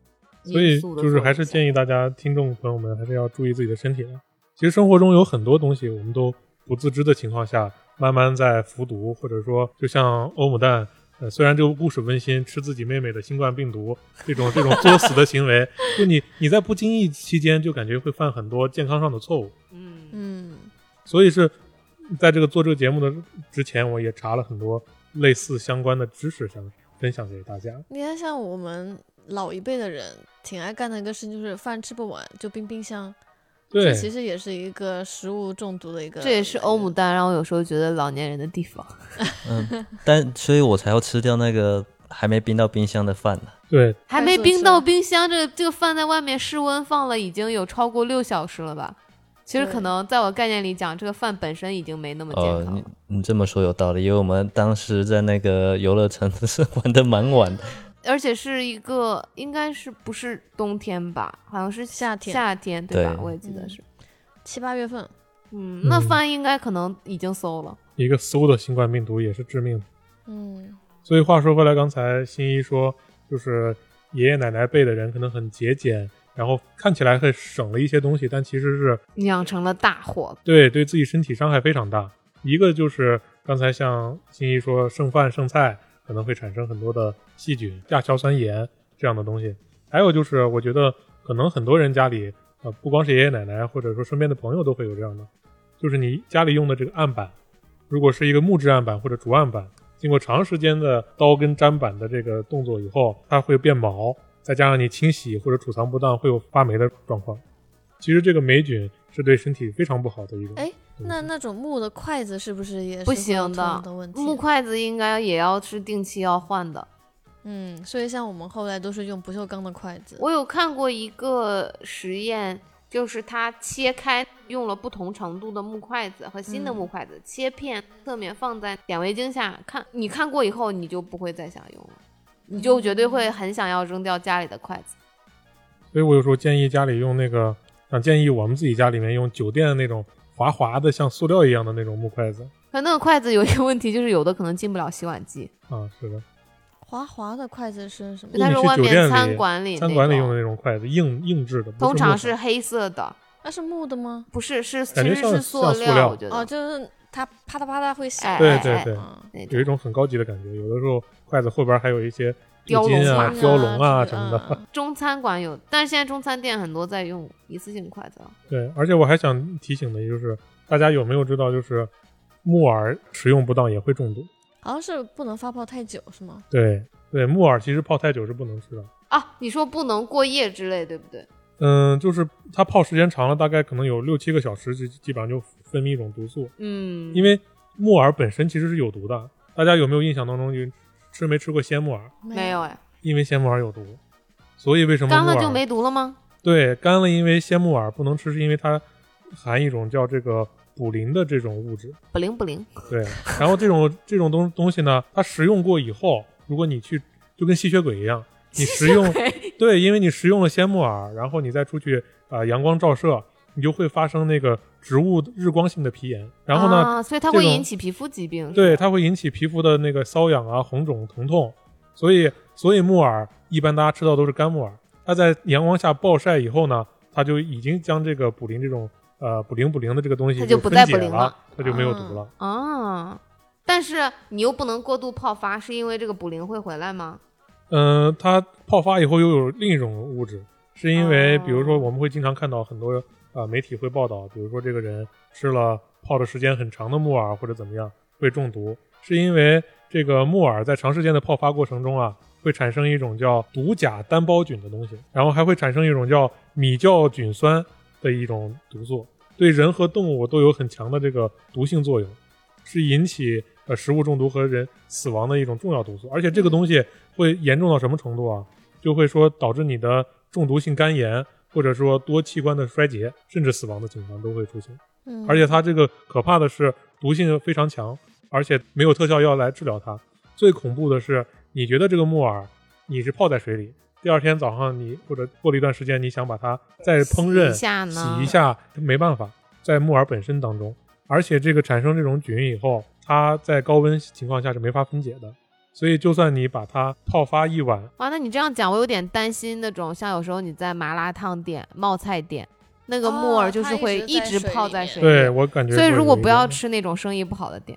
C: 所以
D: 因素的
C: 就是还是
D: 议
C: 建议大家听众朋友们还是要注意自己的身体了。其实生活中有很多东西我们都不自知的情况下，慢慢在服毒，或者说就像欧姆蛋，呃，虽然这个故事温馨，吃自己妹妹的新冠病毒这种这种作死的行为， 就你你在不经意期间就感觉会犯很多健康上的错误。
D: 嗯
E: 嗯，
C: 所以是在这个做这个节目的之前，我也查了很多类似相关的知识，想分享给大家。
E: 你看像我们老一辈的人挺爱干的一个事情就是饭吃不完就冰冰箱。
C: 对
E: 这，其实也是一个食物中毒的一个来源，
D: 这也是欧姆蛋让我有时候觉得老年人的地方。
B: 嗯，但所以我才要吃掉那个还没冰到冰箱的饭呢。
C: 对，
D: 还
E: 太
D: 没
E: 奢
D: 冰
E: 侈
D: 到
E: 了
D: 冰箱，这个这个饭在外面室温放了已经有超过六小时了吧？其实可
E: 对
D: 能在我概念里讲，这个饭本身已经没那么健
B: 哦，
D: 康了。
B: 你你这么说有道理，因为我们当时在那个游乐城 是玩的蛮晚的，
D: 而且是一个应该是不是冬天吧？好像是
E: 夏天
D: 夏天对吧？
B: 对
D: 我也记得
E: 嗯
D: 是。
E: 七八月份，
D: 嗯，那
C: 嗯
D: 饭应该可能已经馊了。
C: 一个馊的新冠病毒也是致命的。
E: 嗯，
C: 所以话说回来，刚才新一说，就是爷爷奶奶辈的人可能很节俭，然后看起来很省了一些东西，但其实是
D: 酿成了大祸，
C: 对对自己身体伤害非常大。一个就是刚才像新一说，剩饭剩菜可能会产生很多的细菌、亚硝酸盐这样的东西。还有就是，我觉得可能很多人家里，呃，不光是爷爷奶奶，或者说身边的朋友都会有这样的，就是你家里用的这个案板，如果是一个木质案板或者竹案板，经过长时间的刀跟砧板的这个动作以后，它会变毛，再加上你清洗或者储藏不当，会有发霉的状况。其实这个霉菌是对身体非常不好的一种。
E: 哎，那那种木的筷子是不是也是
D: 不
E: 会有
D: 行
E: 同样的问题？
D: 木，筷子应该也要是定期要换的。
E: 嗯，所以像我们后来都是用不锈钢的筷子，
D: 我有看过一个实验，就是它切开用了不同程度的木筷子和新的
E: 嗯
D: 木筷子、切片，侧面放在显微镜下看。你看过以后，你就不会再想用了，你就绝对
E: 嗯
D: 会很想要扔掉家里的筷子。
C: 所以我有时候建议家里用那个，啊，建议我们自己家里面用酒店的那种滑滑的像塑料一样的那种木筷子
D: 可那个筷子有一个问题，就是有的可能进不了洗碗机。
C: 啊，是的，
E: 滑滑的筷子是什么
C: 你
D: 它
E: 呀？
D: 是
C: 去
D: 外
C: 酒
D: 面
C: 店
D: 餐
C: 里
D: 馆里
C: 餐
D: 那
C: 馆里
D: 种
C: 用的那种筷子，硬硬质的，不
D: 通常
C: 是
D: 是黑色的，
E: 那是木的吗？
D: 不是是其
C: 感觉
D: 实
C: 像
D: 是
C: 像塑料
D: 我觉得
E: 哦，就是它啪嗒啪嗒会响。
D: 哎
C: 对
D: 哎
C: 对
D: 哎
C: 对
E: 嗯
D: 那
C: 木头有一种很高级的感觉。有的时候筷子后边还有一些镀
D: 雕
C: 金
D: 龙
C: 啊、
D: 啊
C: 雕龙啊
E: 之
C: 什
E: 类
C: 么的。
E: 嗯
D: 中餐馆有，但是现在中餐店很多在用一次性筷子了。
C: 对，而且我还想提醒的就是，大家有没有知道，就是木耳食用不当也会中毒。
E: 好像是不能发泡太久是吗？
C: 对对，木耳其实泡太久是不能吃的。
D: 啊，你说不能过夜之类，对不对？
C: 嗯，就是它泡时间长了，大概可能有六七个小时，基基本上就分泌一种毒素。
D: 嗯，
C: 因为木耳本身其实是有毒的，大家有没有印象当中有吃没吃过鲜木耳？
D: 没有哎，
C: 因为鲜木耳有毒，所以为什么
D: 干
C: 木
D: 了
C: 耳
D: 就没毒了吗？
C: 对干了？因为鲜木耳不能吃，是因为它含一种叫这个卟啉的这种物质。
D: 不灵不灵，
C: 对，然后这种这种东东西呢，它食用过以后，如果你去就跟吸血鬼一样，你食用 对，因为你食用了鲜木耳，然后你再出去啊、呃阳光照射，你就会发生那个植物日光性的皮炎，然后呢，
D: 啊、所以它
C: 这
D: 会
C: 种
D: 引起皮肤疾病。
C: 对，它会引起皮肤的那个瘙痒啊、红肿、疼痛，所以所以木耳一般大家吃到都是干木耳，它在阳光下暴晒以后呢，它就已经将这个卟啉这种呃卟啉卟啉的这个东西
D: 它
C: 就
D: 就不
C: 分
D: 再
C: 解
D: 卟啉
C: 了
D: 了，
C: 它就没有毒了。
D: 啊，但是你又不能过度泡发，是因为这个卟啉会回来吗？
C: 嗯，它泡发以后又有另一种物质，是因为
D: 哦
C: 比如说我们会经常看到很多呃媒体会报道，比如说这个人吃了泡的时间很长的木耳或者怎么样会中毒，是因为这个木耳在长时间的泡发过程中啊，会产生一种叫毒甲单胞菌的东西，然后还会产生一种叫米酵菌酸的一种毒素，对人和动物都有很强的这个毒性作用。是引起呃食物中毒和人死亡的一种重要毒素，而且这个东西会严重到什么程度啊？就会说导致你的中毒性肝炎，或者说多器官的衰竭，甚至死亡的情况都会出现。
E: 嗯，
C: 而且它这个可怕的是毒性非常强，而且没有特效药来治疗它。最恐怖的是，你觉得这个木耳你是泡在水里，第二天早上你或者过了一段时间，你想把它再烹饪
D: 洗一下呢？
C: 洗一下没办法，在木耳本身当中，而且这个产生这种菌以后，它在高温情况下是没法分解的，所以就算你把它泡发一晚，
D: 哇，那你这样讲，我有点担心那种，像有时候你在麻辣烫店、冒菜店，那个木
E: 哦
D: 耳就
E: 它
D: 是
E: 一
D: 会
E: 直
D: 一
E: 在
D: 直
E: 水
D: 泡
E: 里
D: 在
E: 面
D: 水里
C: 对我感觉会
D: 所
C: 有一点，
D: 以如果不要吃那种生意不好的店，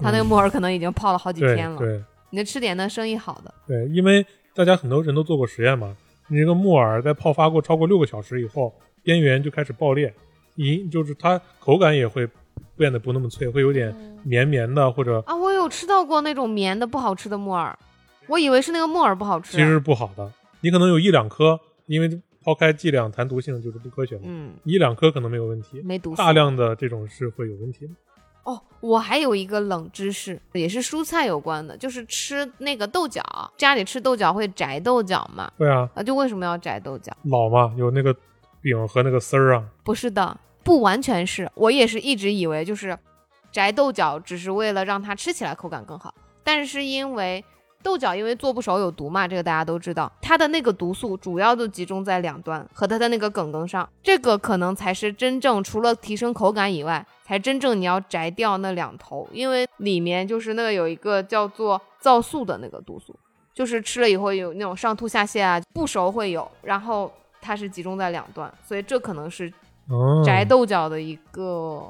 D: 他那个
C: 嗯
D: 木耳可能已经泡了好几
C: 对
D: 天了。
C: 对
D: 你就吃点那生意好的。
C: 对，因为大家很多人都做过实验嘛，你这个木耳在泡发过超过六个小时以后，边缘就开始爆裂，一就是它口感也会变得不那么脆，会有点
E: 嗯
C: 绵绵的或者
D: 啊，我有吃到过那种绵的不好吃的木耳，我以为是那个木耳不好吃。啊
C: 其实是不好的，你可能有一两颗，因为抛开剂量谈毒性就是不科学嘛。
D: 嗯，
C: 一两颗可能没有问题，
D: 没毒死。
C: 大量的这种是会有问题的。
D: 哦，我还有一个冷知识，也是蔬菜有关的，就是吃那个豆角，家里吃豆角会摘豆角嘛？
C: 对啊，
D: 啊，就为什么要摘豆角？
C: 老嘛，有那个饼和那个丝儿啊，
D: 不是的，不完全是，我也是一直以为就是摘豆角只是为了让它吃起来口感更好，但是是因为豆角因为做不熟有毒嘛，这个大家都知道，它的那个毒素主要就集中在两端和它的那个梗梗上，这个可能才是真正除了提升口感以外，才真正你要摘掉那两头，因为里面就是那个有一个叫做皂素的那个毒素。就是吃了以后有那种上吐下泻啊，不熟会有，然后它是集中在两端，所以这可能是
C: 嗯，
D: 摘豆角的一个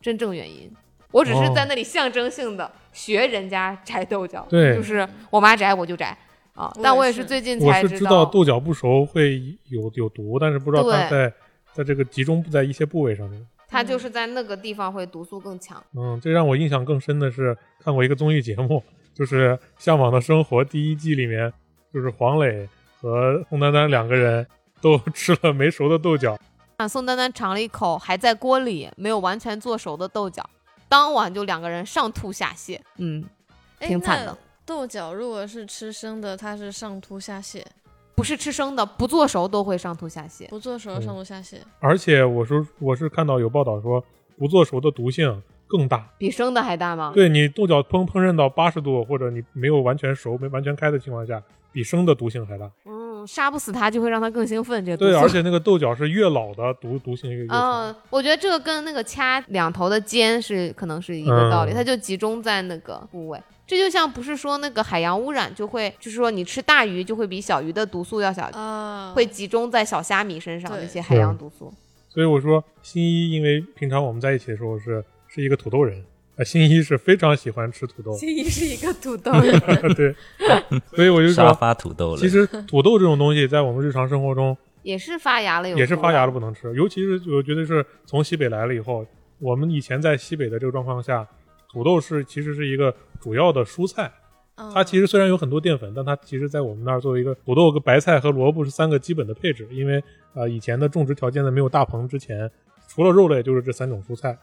D: 真正原因。我只是
C: 哦
D: 在那里象征性的学人家摘豆角，
C: 对
D: 就是我妈摘我就摘啊
E: 我。也
D: 但我也
E: 是
D: 是最近
C: 我
D: 才
C: 是
D: 知
C: 知道豆角不熟会有有毒，但是不知道它
D: 对
C: 在在这个集中在一些部位上面。
D: 它就是在那个地方会毒素更强。
C: 嗯，这让我印象更深的是看过一个综艺节目，就是《向往的生活》第一季里面，就是黄磊和宋丹丹两个人都 吃了没熟的豆角，
D: 啊，宋丹丹尝了一口还在锅里没有完全做熟的豆角，当晚就两个人上吐下泻。嗯，
E: 哎
D: 挺惨的。
E: 那豆角如果是吃生的，它是上吐下泻，
D: 不是吃生的，不做熟都会上吐下泻。
E: 不做
C: 嗯
E: 熟上吐下泻。
C: 而且我说我是看到有报道说不做熟的毒性更大。
D: 比生的还大吗？
C: 对你豆角烹烹饪到八十度，或者你没有完全熟、没完全开的情况下，比生的毒性还大。
D: 嗯，杀不死它就会让它更兴奋。这个毒
C: 对，
D: 素
C: 而且那个豆角是越老的毒毒性越越强。
D: 嗯，我觉得这个跟那个掐两头的尖是可能是一个道理，
C: 嗯
D: 它就集中在那个部位。这就像不是说那个海洋污染就会，就是说你吃大鱼就会比小鱼的毒素要小，
E: 啊，
D: 会集中在小虾米身上
E: 对
D: 那些海洋毒素。
C: 所以我说新一，因为平常我们在一起的时候是是一个土豆人，啊，新一是非常喜欢吃土豆，
E: 这一是一个土豆，
C: 对，所以我就
B: 沙
C: 说，
B: 发土豆了。
C: 其实土豆这种东西在我们日常生活中
D: 也是发芽了有，
C: 也是发芽了不能吃，尤其是我觉得是从西北来了以后，我们以前在西北的这个状况下，土豆是其实是一个主要的蔬菜，它其
E: 实
C: 实虽然有很多淀粉，但它其实在我们那儿作为一个土豆、白菜和萝卜是三个基本的配置，因为呃以前的种植条件在没有大棚之前，除了肉类就是这三种蔬菜，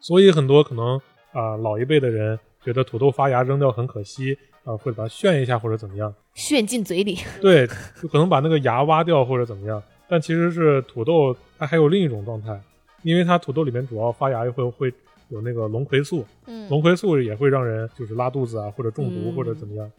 C: 所以很多可能啊、老一辈的人觉得土豆发芽扔掉很可惜啊、会把它炫一下或者怎么样，
D: 炫进嘴里。
C: 对，就可能把那个芽挖掉或者怎么样，但其实是土豆它还有另一种状态，因为它土豆里面主要发芽会会有那个龙葵素，
E: 嗯，
C: 龙葵素也会让人就是拉肚子啊或者中毒或者怎么样。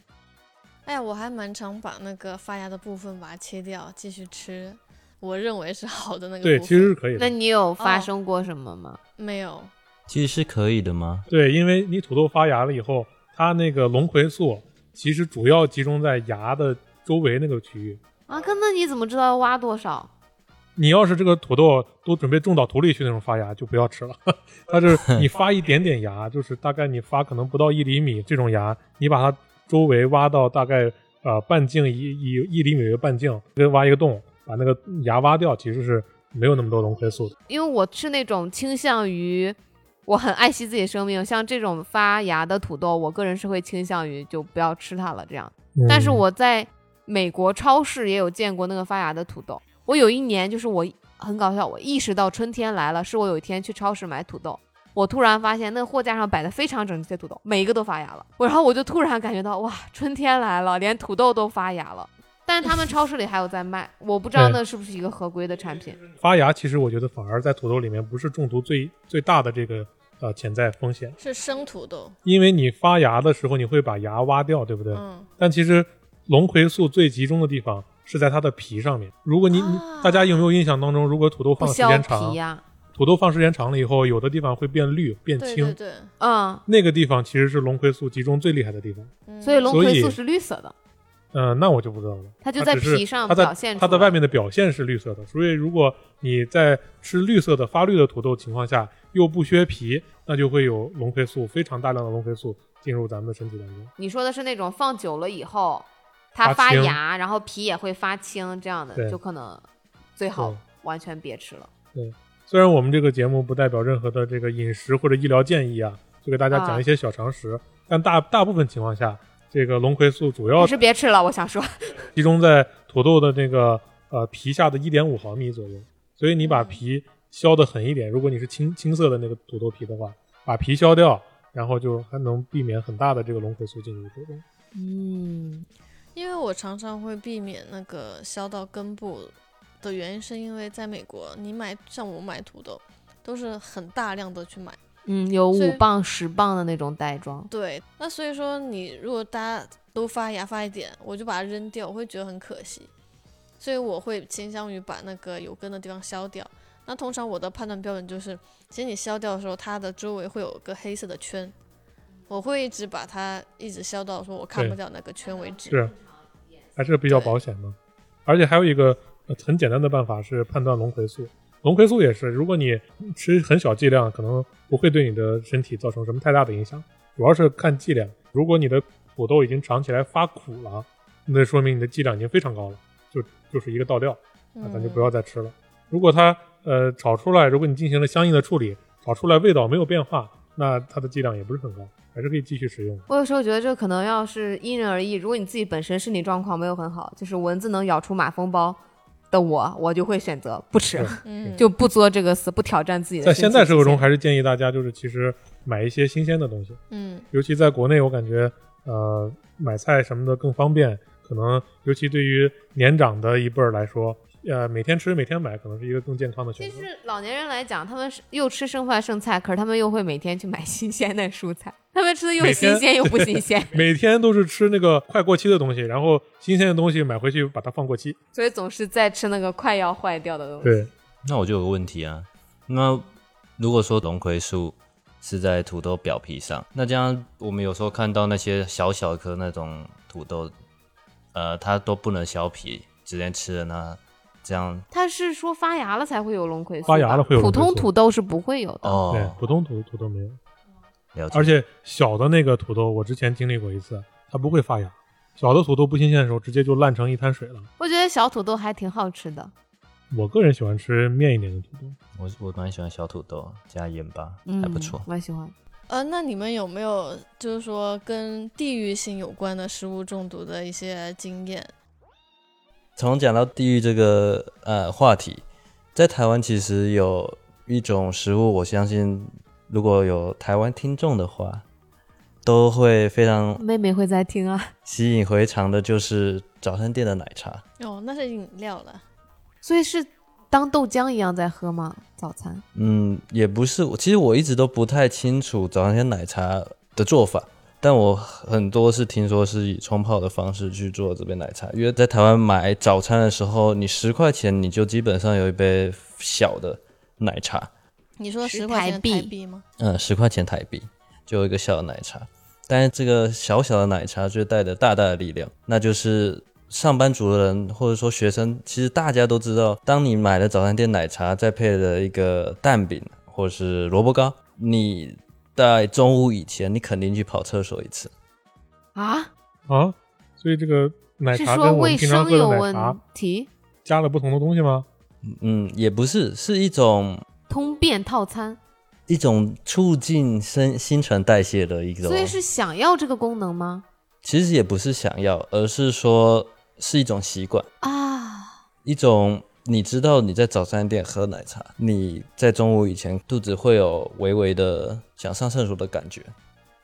E: 哎，我还蛮常把那个发芽的部分把它切掉，继续吃。我认为是好的那个部
C: 对，
E: 分。
C: 其实是可以
D: 那
C: 的。
D: 你有发生过什么吗？
E: 没有，
B: 其实是可以的吗？
C: 对，因为你土豆发芽了以后，它那个龙葵素其实主要集中在芽的周围那个区域。
D: 啊，哥，那你怎么知道要挖多少？
C: 你要是这个土豆都准备种到土里去那种发芽，就不要吃了。 它就是你发一点点芽，就是大概你发可能不到一厘米这种芽，你把它周围挖到大概呃半径一一一厘米为半径，跟挖一个洞，把那个芽挖掉，其实是没有那么多龙葵素的。
D: 因为我是那种倾向于我很爱惜自己生命，像这种发芽的土豆，我个人是会倾向于就不要吃它了这样。但是
C: 嗯
D: 我在美国超市也有见过那个发芽的土豆。我有一年就是我很搞笑，我意识到春天来了，是我有一天去超市买土豆，我突然发现那个货架上摆的非常整齐的土豆，每一个都发芽了。我然后我就突然感觉到哇，春天来了，连土豆都发芽了。但是他们超市里还有在卖，我不知道
C: 对
D: 那是不是一个合规的产品。
C: 发芽，其实我觉得反而在土豆里面不是中毒最最大的这个呃潜在风险，
E: 是生土豆。
C: 因为你发芽的时候你会把芽挖掉，对不对？
E: 嗯，
C: 但其实龙葵素最集中的地方是在它的皮上面。如果你、你
E: 啊
C: 大家有没有印象当中，如果土豆
D: 不
C: 放时
D: 削
C: 间
D: 皮
C: 长，
D: 呀、
C: 土豆放时间长了以后，有的地方会变绿、变
E: 对
C: 青，
E: 对对，
C: 那个地方其实是龙葵素集中最厉害的地方。
E: 嗯
D: 嗯，所以龙
C: 所
D: 葵
C: 以
D: 素是绿色的，
C: 嗯、那我就不知道了。
D: 它就
C: 它
D: 在
C: 只是
D: 皮上
C: 它在
D: 表现出
C: 它在
D: 来
C: 外面的表现是绿色的，所以如果你在吃绿色的发绿的土豆情况下，又不削皮，那就会有龙葵素非常大量的龙葵素进入咱们的身体当中。
D: 你说的是那种放久了以后，它
C: 发
D: 发
C: 青
D: 芽，然后皮也会发青这样
C: 对
D: 的，就可能最好
C: 对
D: 完全别吃了。
C: 虽然我们这个节目不代表任何的这个饮食或者医疗建议啊，就给大家
D: 啊
C: 讲一些小常识，但大大部分情况下，这个龙葵素主要
D: 还是别吃了，我想说，
C: 集中在土豆的那个呃皮下的一点五毫米左右，所以你把
E: 嗯
C: 皮削的狠一点，如果你是青青色的那个土豆皮的话，把皮削掉，然后就还能避免很大的这个龙葵素进入土中。
D: 嗯，
E: 因为我常常会避免那个削到根部的原因，是因为在美国，你买像我买土豆，都是很大量的去买。
D: 嗯，有
E: 所以
D: 五磅、十磅的那种袋装，
E: 对，那所以说你如果大家都发芽发一点，我就把它扔掉，我会觉得很可惜，所以我会倾向于把那个有根的地方削掉。那通常我的判断标准就是，其实你削掉的时候，它的周围会有个黑色的圈，我会一直把它一直削到说我看
C: 对
E: 不掉那个圈为止。
C: 是，还是比较保险的。而且还有一个、呃很简单的办法是判断龙葵素。龙葵素也是，如果你吃很小剂量，可能不会对你的身体造成什么太大的影响，主要是看剂量。如果你的土豆已经尝起来发苦了，那说明你的剂量已经非常高了，就就是一个倒掉，
E: 嗯
C: 那咱就不要再吃了。如果它呃炒出来，如果你进行了相应的处理，炒出来味道没有变化，那它的剂量也不是很高，还是可以继续食用的。
D: 我有时候觉得这可能要是因人而异。如果你自己本身身体状况没有很好，就是蚊子能咬出马蜂包的我，我就会选择不吃，
E: 嗯，
D: 就不做这个死，不挑战自己的
C: 在
D: 身体极限。
C: 现在社会中，还是建议大家就是其实买一些新鲜的东西，
E: 嗯
C: 尤其在国内，我感觉呃买菜什么的更方便，可能尤其对于年长的一辈儿来说，呃每天吃每天买可能是一个更健康的选
D: 其
C: 择。
D: 实老年人来讲，他们是又吃剩饭剩菜，可是他们又会每天去买新鲜的蔬 菜，他们吃的又
C: 每天，
D: 新鲜又不新鲜
C: 每天都是吃那个快过期的东西，然后新鲜的东西买回去把它放过期。
D: 所以总是在吃那个快要哦坏掉的东西。
C: 对，
B: 那我就有个问题啊，那如果说龙葵素是在土豆表皮上。那这样我们有时候看到那些小小颗那种土豆，呃，它都不能削皮，直接吃的呢，这样
D: 它是说发芽了才会有龙葵素吧，
C: 发芽了会有
D: 普
C: 龙葵
D: 通
C: 素
D: 土豆是不会有的。
B: 哦，
C: 对，普通土土豆没有，
B: 了解，
C: 而且小的那个土豆，我之前经历过一次，它不会发芽。小的土豆不新鲜的时候，直接就烂成一滩水了。
D: 我觉得小土豆还挺好吃的。
C: 我个人喜欢吃面一点的土豆，
B: 我我蛮喜欢小土豆加盐巴，
D: 嗯，
B: 还不错。
D: 我也喜欢。
E: 呃，那你们有没有就是说跟地域性有关的食物中毒的一些经验？
B: 从讲到地域这个呃话题，在台湾其实有一种食物，我相信如果有台湾听众的话，都会非常
D: 妹妹会在听啊，
B: 吸引回肠的，就是早餐店的奶茶。
E: 哦，那是饮料了。
D: 所以是当豆浆一样在喝吗？早餐？
B: 嗯，也不是，我其实我一直都不太清楚早餐店奶茶的做法，但我很多是听说是以冲泡的方式去做这杯奶茶，因为在台湾买早餐的时候，你十块钱你就基本上有一杯小的奶茶，
E: 你说
D: 是
E: 十块
D: 台
E: 钱
D: 币
E: 台币吗？
B: 嗯，十块钱台币就有一个小的奶茶，但是这个小小的奶茶却带着大大的力量，那就是上班族的人或者说学生，其实大家都知道，当你买了早餐店奶茶，再配了一个蛋饼或是萝卜糕，你在中午以前，你肯定去跑厕所一次。
D: 啊？
C: 啊，所以这个奶
D: 是
C: 茶
D: 说
C: 跟我们
D: 卫
C: 平常
D: 生
C: 喝
D: 有
C: 的奶
D: 问
C: 茶
D: 题？
C: 加了不同的东西吗？
B: 嗯，也不是，是一种
D: 通便套餐，
B: 一种促进新新陈代谢的一种，
D: 所以是想要这个功能吗？
B: 其实也不是想要，而是说是一种习惯。
D: 啊，
B: 一种你知道你在早餐店喝奶茶，你在中午以前肚子会有微微的想上厕所的感觉。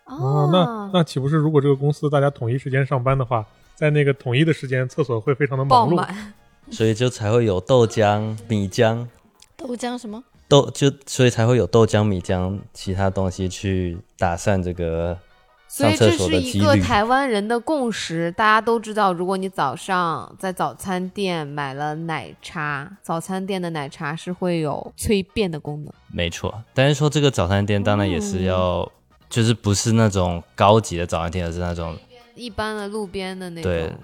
C: 哦，
D: 啊
C: 那那岂不是如果这个公司大家统一时间上班的话，在那个统一的时间，厕所会非常的
D: 爆
C: 忙碌？
D: 满，
B: 所以就才会有豆浆、米浆、
E: 豆浆什么？
B: 豆就所以才会有豆浆、米浆其他东西去打散这个
D: 所
B: 上
D: 以
B: 厕
D: 这
B: 所
D: 是
B: 的
D: 一
B: 几
D: 个
B: 率。
D: 台湾人的共识，大家都知道，如果你早上在早餐店买了奶茶，早餐店的奶茶是会有催便的功能。
B: 没错，但是说这个早餐店当然也
D: 嗯
B: 是要，就是不是那种高级的早餐店，而是那 种
D: 一般的路边的那
B: 对
D: 种。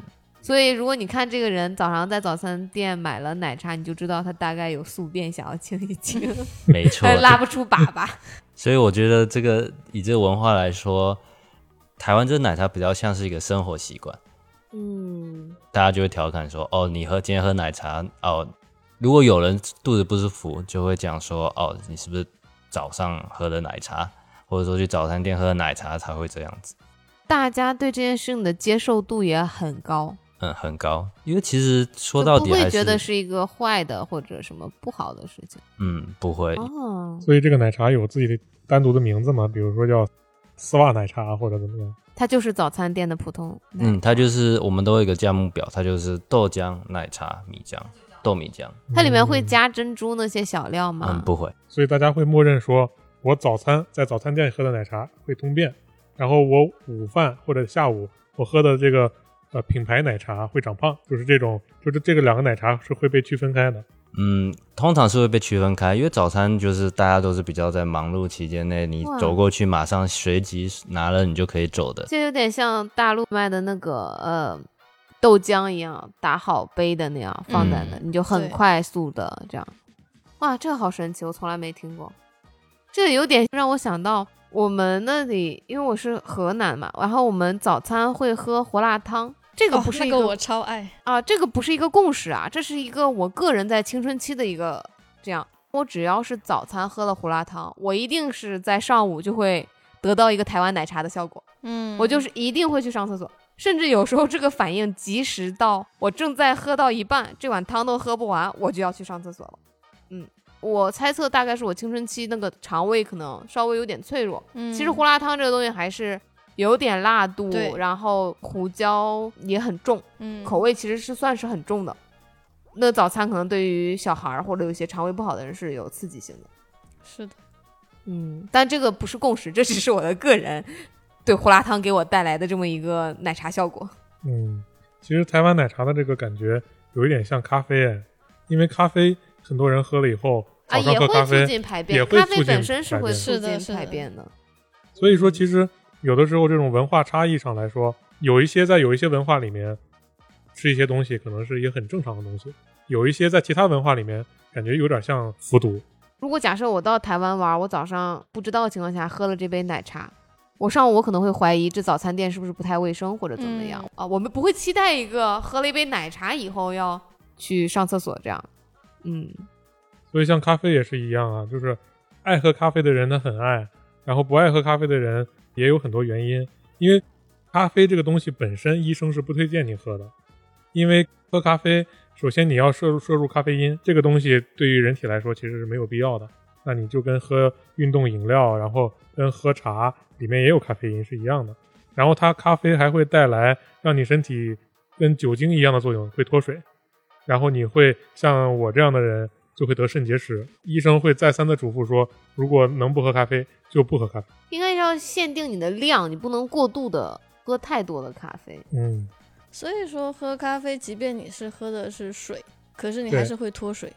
D: 所以，如果你看这个人早上在早餐店买了奶茶，你就知道他大概有宿便想要清一清，
B: 没错，
D: 但是拉不出粑 粑。
B: 所以我觉得这个以这个文化来说，台湾这奶茶比较像是一个生活习惯，
D: 嗯，
B: 大家就会调侃说：“哦，你喝今天喝奶茶哦。”如果有人肚子不舒服，就会讲说：“哦，你是不是早上喝的奶茶，或者说去早餐店喝的奶茶才会这样子？”
D: 大家对这件事情的接受度也很高，
B: 嗯，很高，因为其实说
D: 就
B: 到
D: 不
B: 底
D: 会
B: 还
D: 觉得
B: 是
D: 是一个坏的或者什么不好的事情。
B: 嗯，不会，
D: 哦，
C: 所以这个奶茶有自己的单独的名字吗？比如说叫丝袜奶茶或者怎么样？
D: 它就是早餐店的普通奶
B: 嗯，它就是我们都有一个价目表，它就是豆浆、奶茶、米浆、豆米浆，
D: 它里面会
C: 嗯
D: 加珍珠那些小料吗？
B: 嗯，不会。
C: 所以大家会默认说，我早餐在早餐店喝的奶茶会通便，然后我午饭或者下午我喝的这个呃品牌奶茶会长胖，就是这种，就是这个两个奶茶是会被区分开的。
B: 嗯，通常是会被区分开，因为早餐就是大家都是比较在忙碌期间内，你
D: 哇
B: 走过去马上随即拿了你就可以走的。
D: 这有点像大陆卖的那个呃豆浆一样，打好杯的那样放在
B: 嗯
D: 那，你就很
E: 对
D: 快速的这样。哇，这个好神奇，我从来没听过。这有点让我想到我们那里，因为我是河南嘛，然后我们早餐会喝胡辣汤，这个
E: 哦
D: 不是
E: 那
D: 一
E: 个我超爱。
D: 啊，这个不是一个共识啊，这是一个我个人在青春期的一个这样。我只要是早餐喝了胡辣汤，我一定是在上午就会得到一个台湾奶茶的效果。
E: 嗯，
D: 我就是一定会去上厕所，甚至有时候这个反应及时到我正在喝到一半，这碗汤都喝不完，我就要去上厕所了。嗯，我猜测大概是我青春期那个肠胃可能稍微有点脆弱。
E: 嗯
D: 其实胡辣汤这个东西还是有点辣度，
E: 对
D: 然后胡椒也很重，
E: 嗯
D: 口味其实是算是很重的。那早餐可能对于小孩儿或者有些肠胃不好的人是有刺激性的，
E: 是的，
D: 嗯，但这个不是共识，这只是我的个人对胡辣汤给我带来的这么一个奶茶效果。
C: 嗯，其实台湾奶茶的这个感觉有一点像咖啡，哎因为咖啡很多人喝了以后
D: 啊，
C: 早上
D: 也
C: 喝
D: 会
C: 咖
D: 促
C: 啡，
D: 进排便，
C: 也会
D: 咖啡
C: 促
D: 本
C: 进
D: 身是
C: 排
D: 会
C: 便
D: 促
E: 是的
D: 进
E: 是
D: 排
E: 的
D: 便的。
C: 所
D: 嗯
C: 以说，其实有的时候这种文化差异上来说，有一些在有一些文化里面吃一些东西，可能是一个很正常的东西；有一些在其他文化里面，感觉有点像服毒。
D: 如果假设我到台湾玩，我早上不知道的情况下喝了这杯奶茶，我上午我可能会怀疑这早餐店是不是不太卫生或者怎么样、
E: 嗯
D: 啊？我们不会期待一个喝了一杯奶茶以后要去上厕所这样。嗯，
C: 所以像咖啡也是一样啊，就是爱喝咖啡的人他很爱，然后不爱喝咖啡的人也有很多原因，因为咖啡这个东西本身医生是不推荐你喝的，因为喝咖啡首先你要摄入摄入咖啡因，这个东西对于人体来说其实是没有必要的，那你就跟喝运动饮料，然后跟喝茶里面也有咖啡因是一样的，然后它咖啡还会带来让你身体跟酒精一样的作用，会脱水，然后你会像我这样的人就会得肾结石。医生会再三的嘱咐说，如果能不喝咖啡就不喝咖啡。
D: 应该要限定你的量，你不能过度的喝太多的咖啡。
C: 嗯，
E: 所以说喝咖啡，即便你是喝的是水，可是你
C: 对
E: 还是会脱水。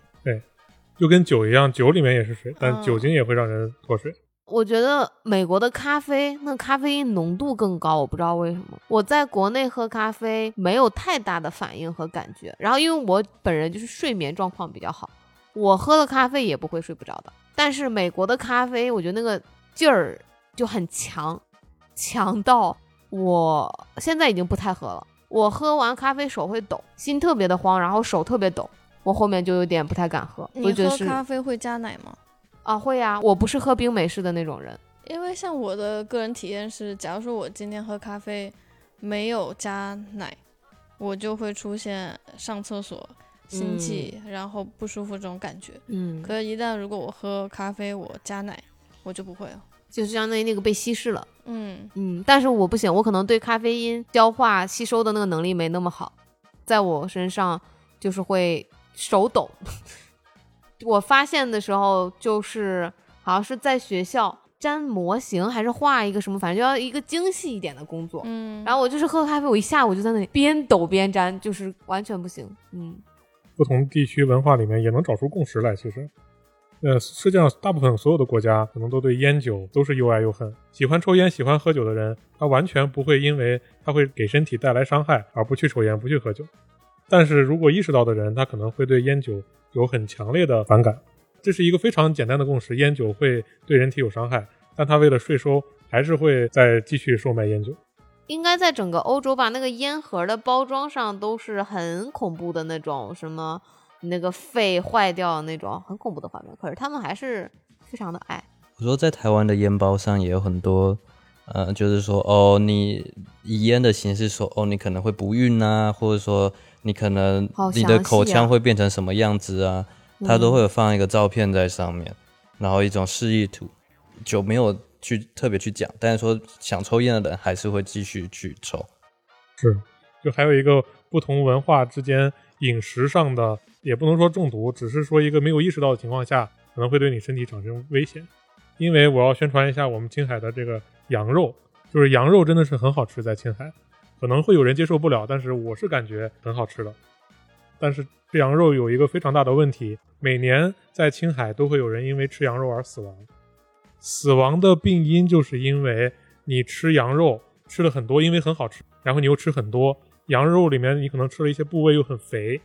C: 就跟酒一样，酒里面也是水，但
E: 嗯
C: 酒精也会让人脱水。
D: 我觉得美国的咖啡那咖啡因浓度更高，我不知道为什么。我在国内喝咖啡没有太大的反应和感觉，然后因为我本人就是睡眠状况比较好，我喝了咖啡也不会睡不着的。但是美国的咖啡，我觉得那个劲儿就很强，强到我现在已经不太喝了。我喝完咖啡手会抖，心特别的慌，然后手特别抖，我后面就有点不太敢喝。我
E: 你
D: 觉得
E: 喝
D: 是
E: 咖啡会加奶吗？
D: 啊，会呀、我不是喝冰美式的那种人。
E: 因为像我的个人体验是，假如说我今天喝咖啡没有加奶，我就会出现上厕所、心悸，然后不舒服这种感觉。
D: 嗯
E: 可是，一旦如果我喝咖啡我加奶，我就不会了。
D: 就是相当于那个被稀释了。
E: 嗯，
D: 嗯，但是我不行，我可能对咖啡因消化吸收的那个能力没那么好，在我身上就是会手抖。 我发现的时候就是好像是在学校粘模型还是画一个什么，反正就要一个精细一点的工作。
E: 嗯
D: 然后我就是喝咖啡，我一下午就在那里边抖边粘，就是完全不行。嗯，
C: 不同地区文化里面也能找出共识来。其实，呃，世界上大部分所有的国家可能都对烟酒都是又爱又恨。喜欢抽烟、喜欢喝酒的人，他完全不会因为他会给身体带来伤害而不去抽烟、不去喝酒。但是如果意识到的人，他可能会对烟酒有很强烈的反感。这是一个非常简单的共识：烟酒会对人体有伤害，但他为了税收，还是会再继续售卖烟酒。
D: 应该在整个欧洲吧，那个烟盒的包装上都是很恐怖的那种，什么那个肺坏掉那种很恐怖的画面。可是他们还是非常的爱，
B: 我说在台湾的烟包上也有很多，呃，就是说哦，你以烟的形式说哦，你可能会不孕啊，或者说你可能
D: 好
B: 你的
D: 详细
B: 口腔
D: 啊嗯
B: 会变成什么样子啊，它都会有放一个照片在上面，然后一种示意图，就没有去特别去讲，但是说想抽烟的人还是会继续去抽。
C: 是，就还有一个不同文化之间饮食上的，也不能说中毒，只是说一个没有意识到的情况下，可能会对你身体产生危险。因为我要宣传一下我们青海的这个羊肉，就是羊肉真的是很好吃，在青海，可能会有人接受不了，但是我是感觉很好吃的。但是吃羊肉有一个非常大的问题，每年在青海都会有人因为吃羊肉而死亡。死亡的病因就是因为你吃羊肉吃了很多，因为很好吃，然后你又吃很多，羊肉里面你可能吃了一些部位又很肥。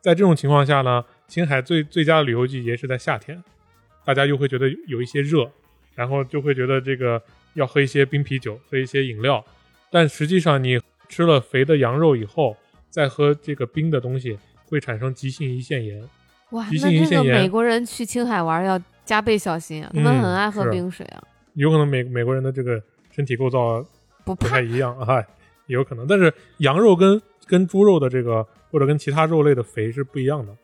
C: 在这种情况下呢，青海最最佳的旅游季节是在夏天，大家又会觉得有一些热，然后就会觉得这个要喝一些冰啤酒，喝一些饮料。但实际上，你吃了肥的羊肉以后，再喝这个冰的东西，会产生急性胰腺炎。
D: 哇
C: 急性胰腺炎
D: 国人去青海玩要加倍小心啊
C: 嗯是
D: 水啊，
C: 有可能美美国人的这个身体构造
D: 不
C: 不太一样啊，哎也有可能。但是羊肉跟跟猪肉的这个或者跟其他肉类的肥是不一样的。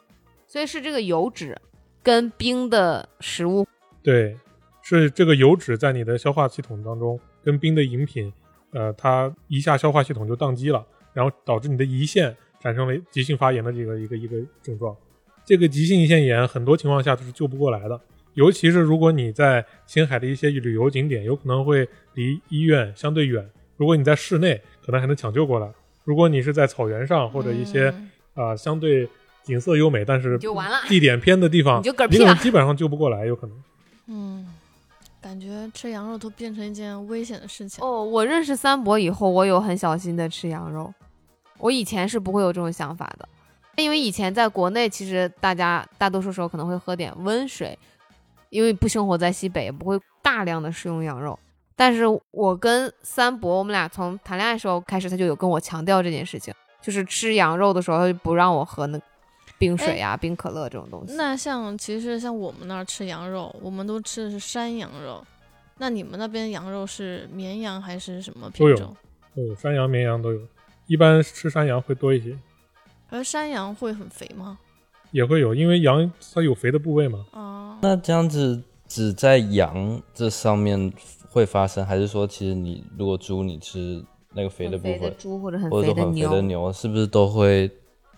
D: 所以是这个油脂跟冰的食物
C: 对，是这个油脂在你的消化系统当中跟冰的饮品，呃，它一下消化系统就宕机了，然后导致你的胰腺产生了急性发炎的这个一个一个症状。这个急性胰腺炎很多情况下都是救不过来的，尤其是如果你在青海的一些旅游景点，有可能会离医院相对远。如果你在室内，可能还能抢救过来；如果你是在草原上或者一些、
E: 嗯
C: 啊、相对景色优美，但是
D: 你就完了，
C: 地点偏啊的地方
D: 你，就嗝
C: 你
D: 屁
C: 可能
D: 了。
C: 基本上救不过来，有可能。
E: 嗯，感觉吃羊肉都变成一件危险的事情。
D: 哦，我认识三伯以后，我有很小心的吃羊肉，我以前是不会有这种想法的，因为以前在国内，其实大家大多数时候可能会喝点温水，因为不生活在西北，也不会大量的食用羊肉。但是我跟三伯，我们俩从谈恋爱的时候开始，他就有跟我强调这件事情，就是吃羊肉的时候，他就不让我喝那冰水啊、冰可乐这种东西。
E: 那像其实像我们那儿吃羊肉，我们都吃的是山羊肉。那你们那边羊肉是绵羊还是什么
C: 都
E: 品
C: 有
E: 种？
C: 都有嗯山羊、绵羊都有，一般吃山羊会多一些，
E: 而山羊会很肥吗？
C: 也会有，因为羊它有肥的部位嘛，
E: 啊、
B: 那这样子只在羊这上面会发生，还是说其实你如果猪你吃那个肥的
D: 很
B: 部
D: 肥的
B: 分，
D: 猪或者很
B: 或者说
D: 肥的
B: 很肥
D: 牛，
B: 的牛，是不是都会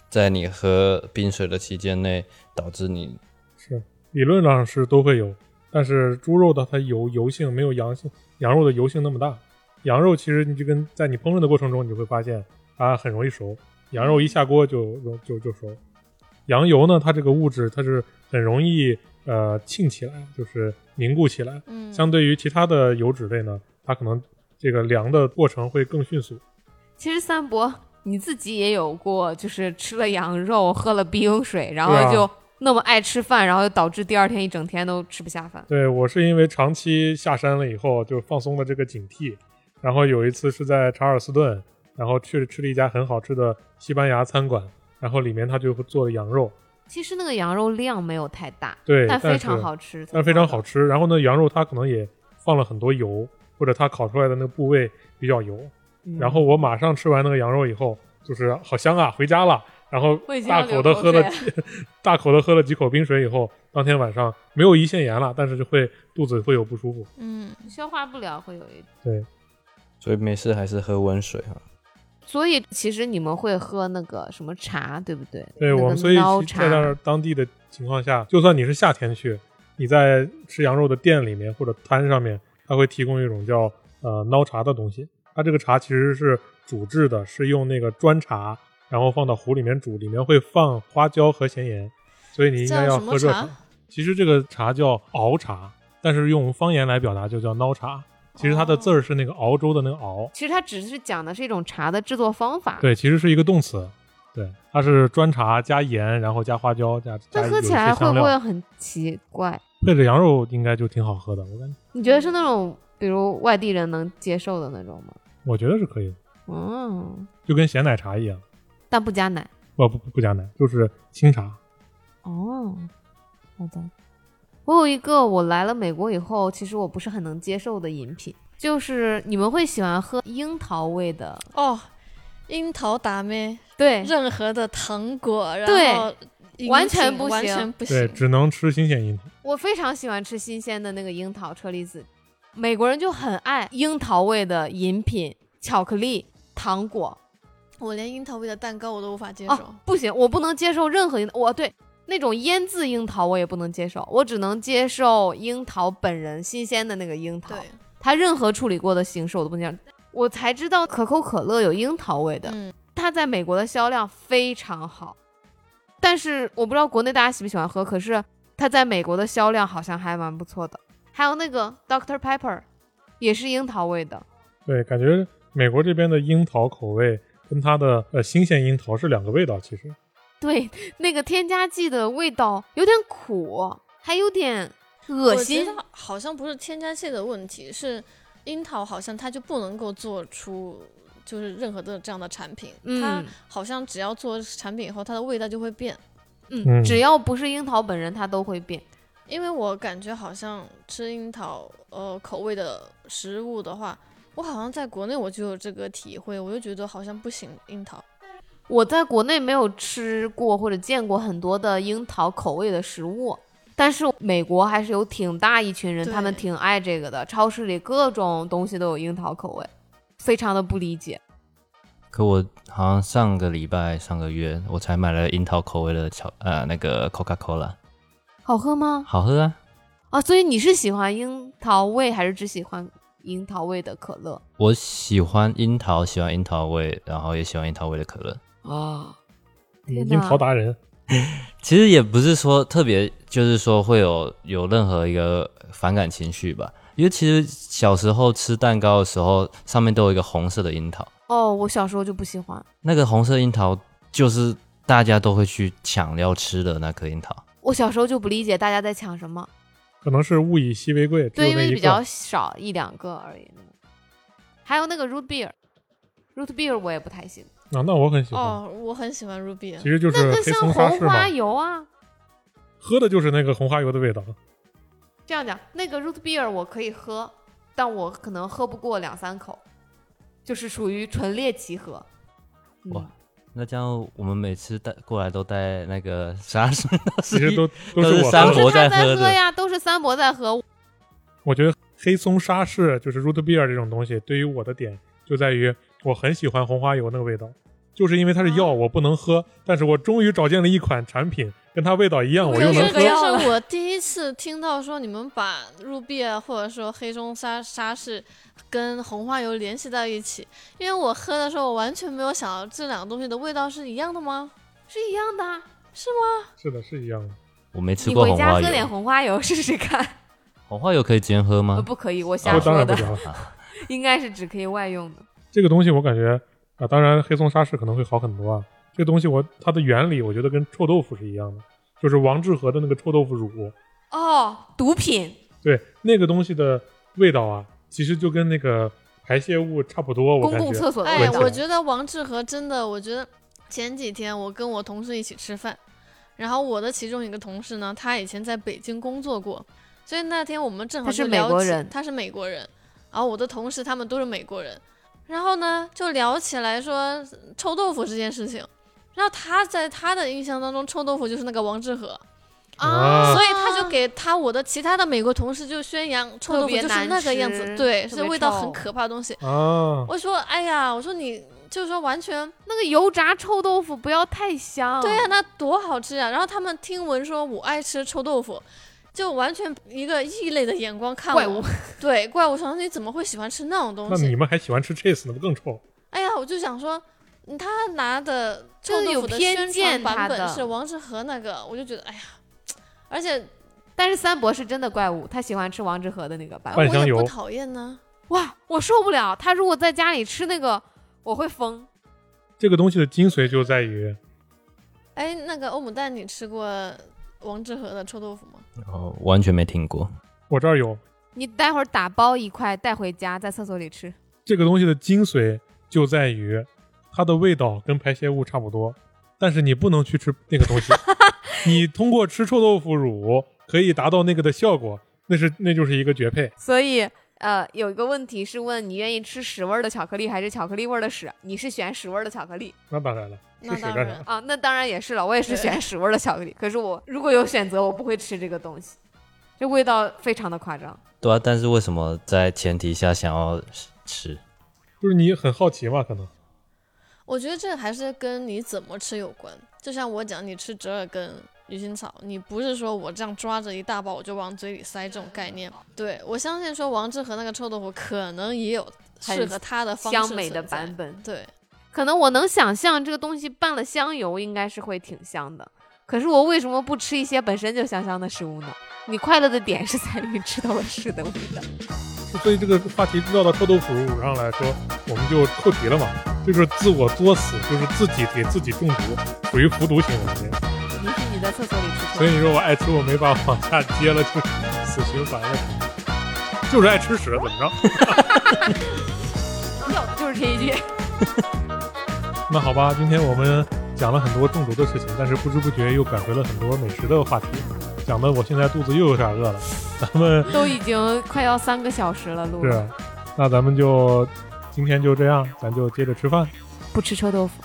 B: 在你喝冰水的期间内导致你
C: 是理论上是都会有，但是猪肉的它油油性没有羊性羊肉的油性那么大，羊肉其实你就跟在你烹饪的过程中，你会发现它很容易熟，羊肉一下锅就就就就熟。羊油呢，它这个物质它是很容易呃沁起来，就是凝固起来，
E: 嗯，
C: 相对于其他的油脂类呢，它可能这个凉的过程会更迅速。
D: 其实三伯你自己也有过，就是吃了羊肉，喝了冰水，然
C: 对啊
D: 后就那么爱吃饭，然后就导致第二天一整天都吃不下饭。
C: 对我是因为长期下山了以后，就放松了这个警惕。然后有一次是在查尔斯顿，然后去吃了一家很好吃的西班牙餐馆，然后里面他就会做的羊肉，
D: 其实那个羊肉量没有太大，
C: 对，
D: 但
C: 但是
D: 非常，好吃，
C: 但非常好吃。然后呢，羊肉它可能也放了很多油，或者它烤出来的那个部位比较油。
D: 嗯。
C: 然后我马上吃完那个羊肉以后，就是好香啊，回家了。然后
D: 我已经
C: 大
D: 要
C: 口的
D: 流
C: 喝
D: 口
C: 了
D: 水
C: 几， 大口的喝了几口冰水以后，当天晚上没有胰腺炎了，但是就会肚子会有不舒服。
E: 嗯，
D: 消化不了会有一，
B: 所以没事还是喝温水啊？
D: 所以其实你们会喝那个什么茶，对不对？
C: 对
D: 那个
C: 我们，所以
D: 孬
C: 其在那
D: 茶
C: 儿当地的情况下，就算你是夏天去，你在吃羊肉的店里面或者摊上面，它会提供一种叫呃孬茶的东西。它这个茶其实是煮制的，是用那个砖茶，然后放到壶里面煮，里面会放花椒和咸盐，所以你应该
E: 叫
C: 要
E: 什么
C: 喝热
E: 茶
C: 茶。？其实这个茶叫熬茶，但是用方言来表达就叫孬茶。其实它的字儿是那个熬粥的那个熬，
D: 其实它只是讲的是一种茶的制作方法。，
C: 对，其实是一个动词。对，它是砖茶加盐，然后加花椒，加加
D: 那喝
C: 有一
D: 起
C: 些
D: 来会
C: 香
D: 不
C: 料
D: 会很奇怪？
C: 配着羊肉应该就挺好喝的，我感觉，
D: 你觉得是那种比如外地人能接受的那种吗？
C: 我觉得是可以的，
D: 嗯，
C: 就跟咸奶茶一样，
D: 但不加奶。
C: 不不不加奶，就是清茶。
D: 哦，好的。我有一个我来了美国以后，其实我不是很能接受的饮品，就是你们会喜欢喝樱桃味的，
E: 哦，樱桃达咩，
D: 对
E: 任何的糖果，然
D: 对
E: 后饮
D: 完全
E: 品
D: 不
E: 完
D: 行
E: 全不
C: 对，
E: 行。
C: 只能吃新鲜樱桃。
D: 我非常喜欢吃新鲜的那个樱桃车厘子，美国人就很爱樱桃味的饮品、巧克力、糖果
E: 我连樱桃味的蛋糕我都无法接受
D: 啊，。不行，我不能接受任何樱，我对那种腌制樱桃我也不能接受，我只能接受樱桃本人新鲜的那个樱桃。
E: 对，
D: 它任何处理过的形式我都不能接受。我才知道可口可乐有樱桃味的，
E: 嗯，
D: 它在美国的销量非常好，但是我不知道国内大家喜不喜欢喝，可是它在美国的销量好像还蛮不错的。还有那个 Dr Pepper，也是樱桃味的，
C: 对，感觉美国这边的樱桃口味跟它的呃新鲜樱桃是两个味道，其实
D: 对，那个添加剂的味道有点苦，还有点恶
E: 我
D: 心
E: 觉。得好像不是添加剂的问题，是樱桃好像它就不能够做出就是任何的这样的产品，它
D: 嗯
E: 好像只要做产品以后，它的味道就会变。
D: 嗯，
C: 嗯
D: 只要不是樱桃本人，它都会变。
E: 因为我感觉好像吃樱桃呃口味的食物的话，我好像在国内我就有这个体会，我就觉得好像不行樱桃。
D: 我在国内没有吃过或者见过很多的樱桃口味的食物，但是美国还是有挺大一群人，
E: 对
D: 他们挺爱这个的。超市里各种东西都有樱桃口味，非常的不理解。
B: 可我好像上个礼拜、上个月我才买了樱桃口味的巧呃那个 Coca Cola，
D: 好喝吗？
B: 好喝啊！
D: 啊，所以你是喜欢樱桃味，还是只喜欢樱桃味的可乐
B: 我喜欢樱桃，喜欢樱桃味，然后也喜欢樱桃味的可乐。
D: 啊？天
C: 嗯樱桃
D: 哪！
C: 达人。
A: 其实也不是说特别，就是说会有有任何一个反感情绪吧，因为其实小时候吃蛋糕的时候，上面都有一个红色的樱桃，
D: 哦，我小时候就不喜欢，
A: 那个红色樱桃就是大家都会去抢要吃的那颗樱桃。
D: 我小时候就不理解大家在抢什么，
C: 可能是物以稀为贵，只
D: 对，
C: 有
D: 因
C: 那
D: 为
C: 一
D: 比较
C: 个。
D: 少一两个而已。还有那个 root beer，root beer 我也不太行，
C: 啊，那我很喜欢，
E: 哦，我很喜欢 Ruby，啊
C: 其实就是
D: 那个
C: 黑
D: 像
C: 松沙
D: 红
C: 士嘛
D: 花，油啊。
C: 喝的就是那个红花油的味 道。
D: 这样讲，那个 root beer 我可以喝，但我可能喝不过两三口，就是属于纯猎奇喝。嗯
A: 哇那这样我们每次带过来都带那个沙士，
C: 其实都都
A: 都是
C: 是我
A: 三
C: 喝
D: 都
C: 的。
A: 国
D: 是他
A: 在喝
D: 喝
A: 的
D: 呀，都是三伯在喝。
C: 我觉得黑松沙士就是 root beer 这种东西，对于我的点就在于我很喜欢红花油那个味道，就是因为它是
D: 啊
C: 药，我不能喝，但是我终于找见了一款产品跟它味道一样，我又
E: 这
C: 能
E: 个
D: 喝
E: 也
C: 喝。
E: 是我第一次听到说你们把入碧或者说黑松沙沙士跟红花油联系到一起，因为我喝的时候我完全没有想到这两个东西的味道是一样的吗？
D: 是一样的啊，
C: 是的，是一样的。
A: 我没吃
D: 你
A: 过
D: 回
A: 红
D: 家
A: 花
D: 喝点
A: 油，
D: 红花油试试看。
A: 红花油可以直接喝
D: 呃，
A: 吗？
D: 不可以，我瞎
A: 啊
C: 我当
D: 说
C: 然不
D: 的，
C: 行了，
D: 应该是只可以外用的。
C: 这个东西我感觉啊，当然黑松沙士可能会好很多啊。这个东西我它的原理我觉得跟臭豆腐是一样的，就是王致和的那个臭豆腐乳，
D: 哦，毒品，
C: 对那个东西的味道啊，其实就跟那个排泄物差不多，我
D: 公
C: 感
D: 共
C: 觉。
D: 厕所的味
E: 哎，
D: 道。
E: 我觉得王致和真的，我觉得前几天我跟我同事一起吃饭，然后我的其中一个同事呢，他以前在北京工作过，所以那天我们正好
D: 他是
E: 就聊
D: 美国
E: 起
D: 人
E: 他是美国人，然后我的同事他们都是美国人，然后呢就聊起来说臭豆腐这件事情，然后他在他的印象当中臭豆腐就是那个王致和，
C: 啊
E: 所以他就给他我的其他的美国同事就宣扬臭豆腐
D: 别
E: 就是
D: 难
E: 那个样子
D: 吃，
E: 对，
D: 特
E: 是
D: 别
E: 味道
D: 臭
E: 很可怕的东西。
C: 啊，
E: 我说哎呀，我说你就是说完全哎
D: 那个油炸臭豆腐不要太香。
A: 啊
E: 对呀、那多好吃呀、然后他们听闻说我爱吃臭豆腐，就完全一个异类的眼光看我。
D: 怪物
E: 对，怪物想说你怎么会喜欢吃那种东
C: 那你
E: 西？
C: 们还喜欢吃 cheese 呢？不更臭？
E: 哎呀，我就想说，嗯他拿的臭
D: 就是
E: 豆
D: 有
E: 腐的
D: 偏
E: 宣传
D: 见
E: 版
D: 他
E: 本
D: 的
E: 是王致和那个，我就觉得哎呀，而且
D: 但是三伯是真的怪物，他喜欢吃王致和的那个版
C: 拌
D: 本。
E: 我
C: 香
E: 也不
C: 油
E: 讨厌呢。
D: 哇，我受不了！他如果在家里吃那个，我会疯。
C: 这个东西的精髓就在于，
E: 哎，那个欧姆蛋，你吃过王致和的臭豆腐吗？
A: 哦，完全没听过。
C: 我这儿有
D: 你待会儿打包一块带回家，在厕所里吃。
C: 这个东西的精髓就在于，它的味道跟排泄物差不多，但是你不能去吃那个东 西。你通过吃臭豆腐乳可以达到那个的效果，那是那就是一个绝配。
D: 所以，呃，有一个问题是问你愿意吃屎味儿的巧克力还是巧克力味儿的屎？你是选屎味儿的巧克力
C: 那当然了，
E: 那
C: 吃屎
E: 当
C: 干
E: 然
C: 啥？
D: 啊？那当然也是了，我也是
E: 对
D: 选屎味儿的巧克力。可是我如果有选择，我不会吃这个东西，这味道非常的夸张。
A: 对啊，但是为什么在前提下想要吃？
C: 就是你很好奇嘛，可能
E: 我觉得这还是跟你怎么吃有关。就像我讲，你吃折耳根、鱼腥草，你不是说我这样抓着一大包我就往嘴里塞这种概念。对我相信说王致和那个臭豆腐可能也有适合他的方式
D: 香美的
E: 存在
D: 版。本，
E: 对，
D: 可能我能想象这个东西拌了香油，应该是会挺香的。可是我为什么不吃一些本身就香香的食物呢？你快乐的点是在于吃到了屎的味道。
C: 所以这个话题绕到臭豆腐乳上来说，我们就扣题了嘛。就是自我作死，就是自己给自己中毒，属于服毒行为。
D: 允许你在厕所里吃。
C: 所以你说我爱吃，我没法往下接了，就是死循环了，就是爱吃屎，怎么着？
D: 要的 就是这一句。
C: 那好吧，今天我们讲了很多中毒的事情，但是不知不觉又拐回了很多美食的话题，讲的我现在肚子又有点饿了。咱们
D: 都已经快要三个小时了，录
C: 是，那咱们就今天就这样，咱就接着吃饭。
D: 不吃臭豆腐，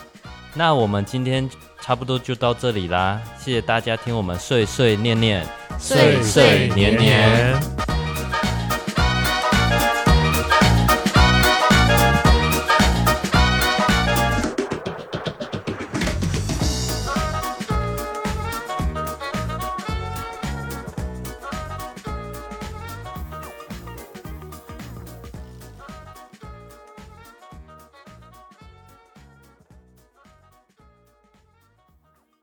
A: 那我们今天差不多就到这里啦，谢谢大家听我们碎碎念念，
E: 碎碎
C: 年
E: 年
C: 年。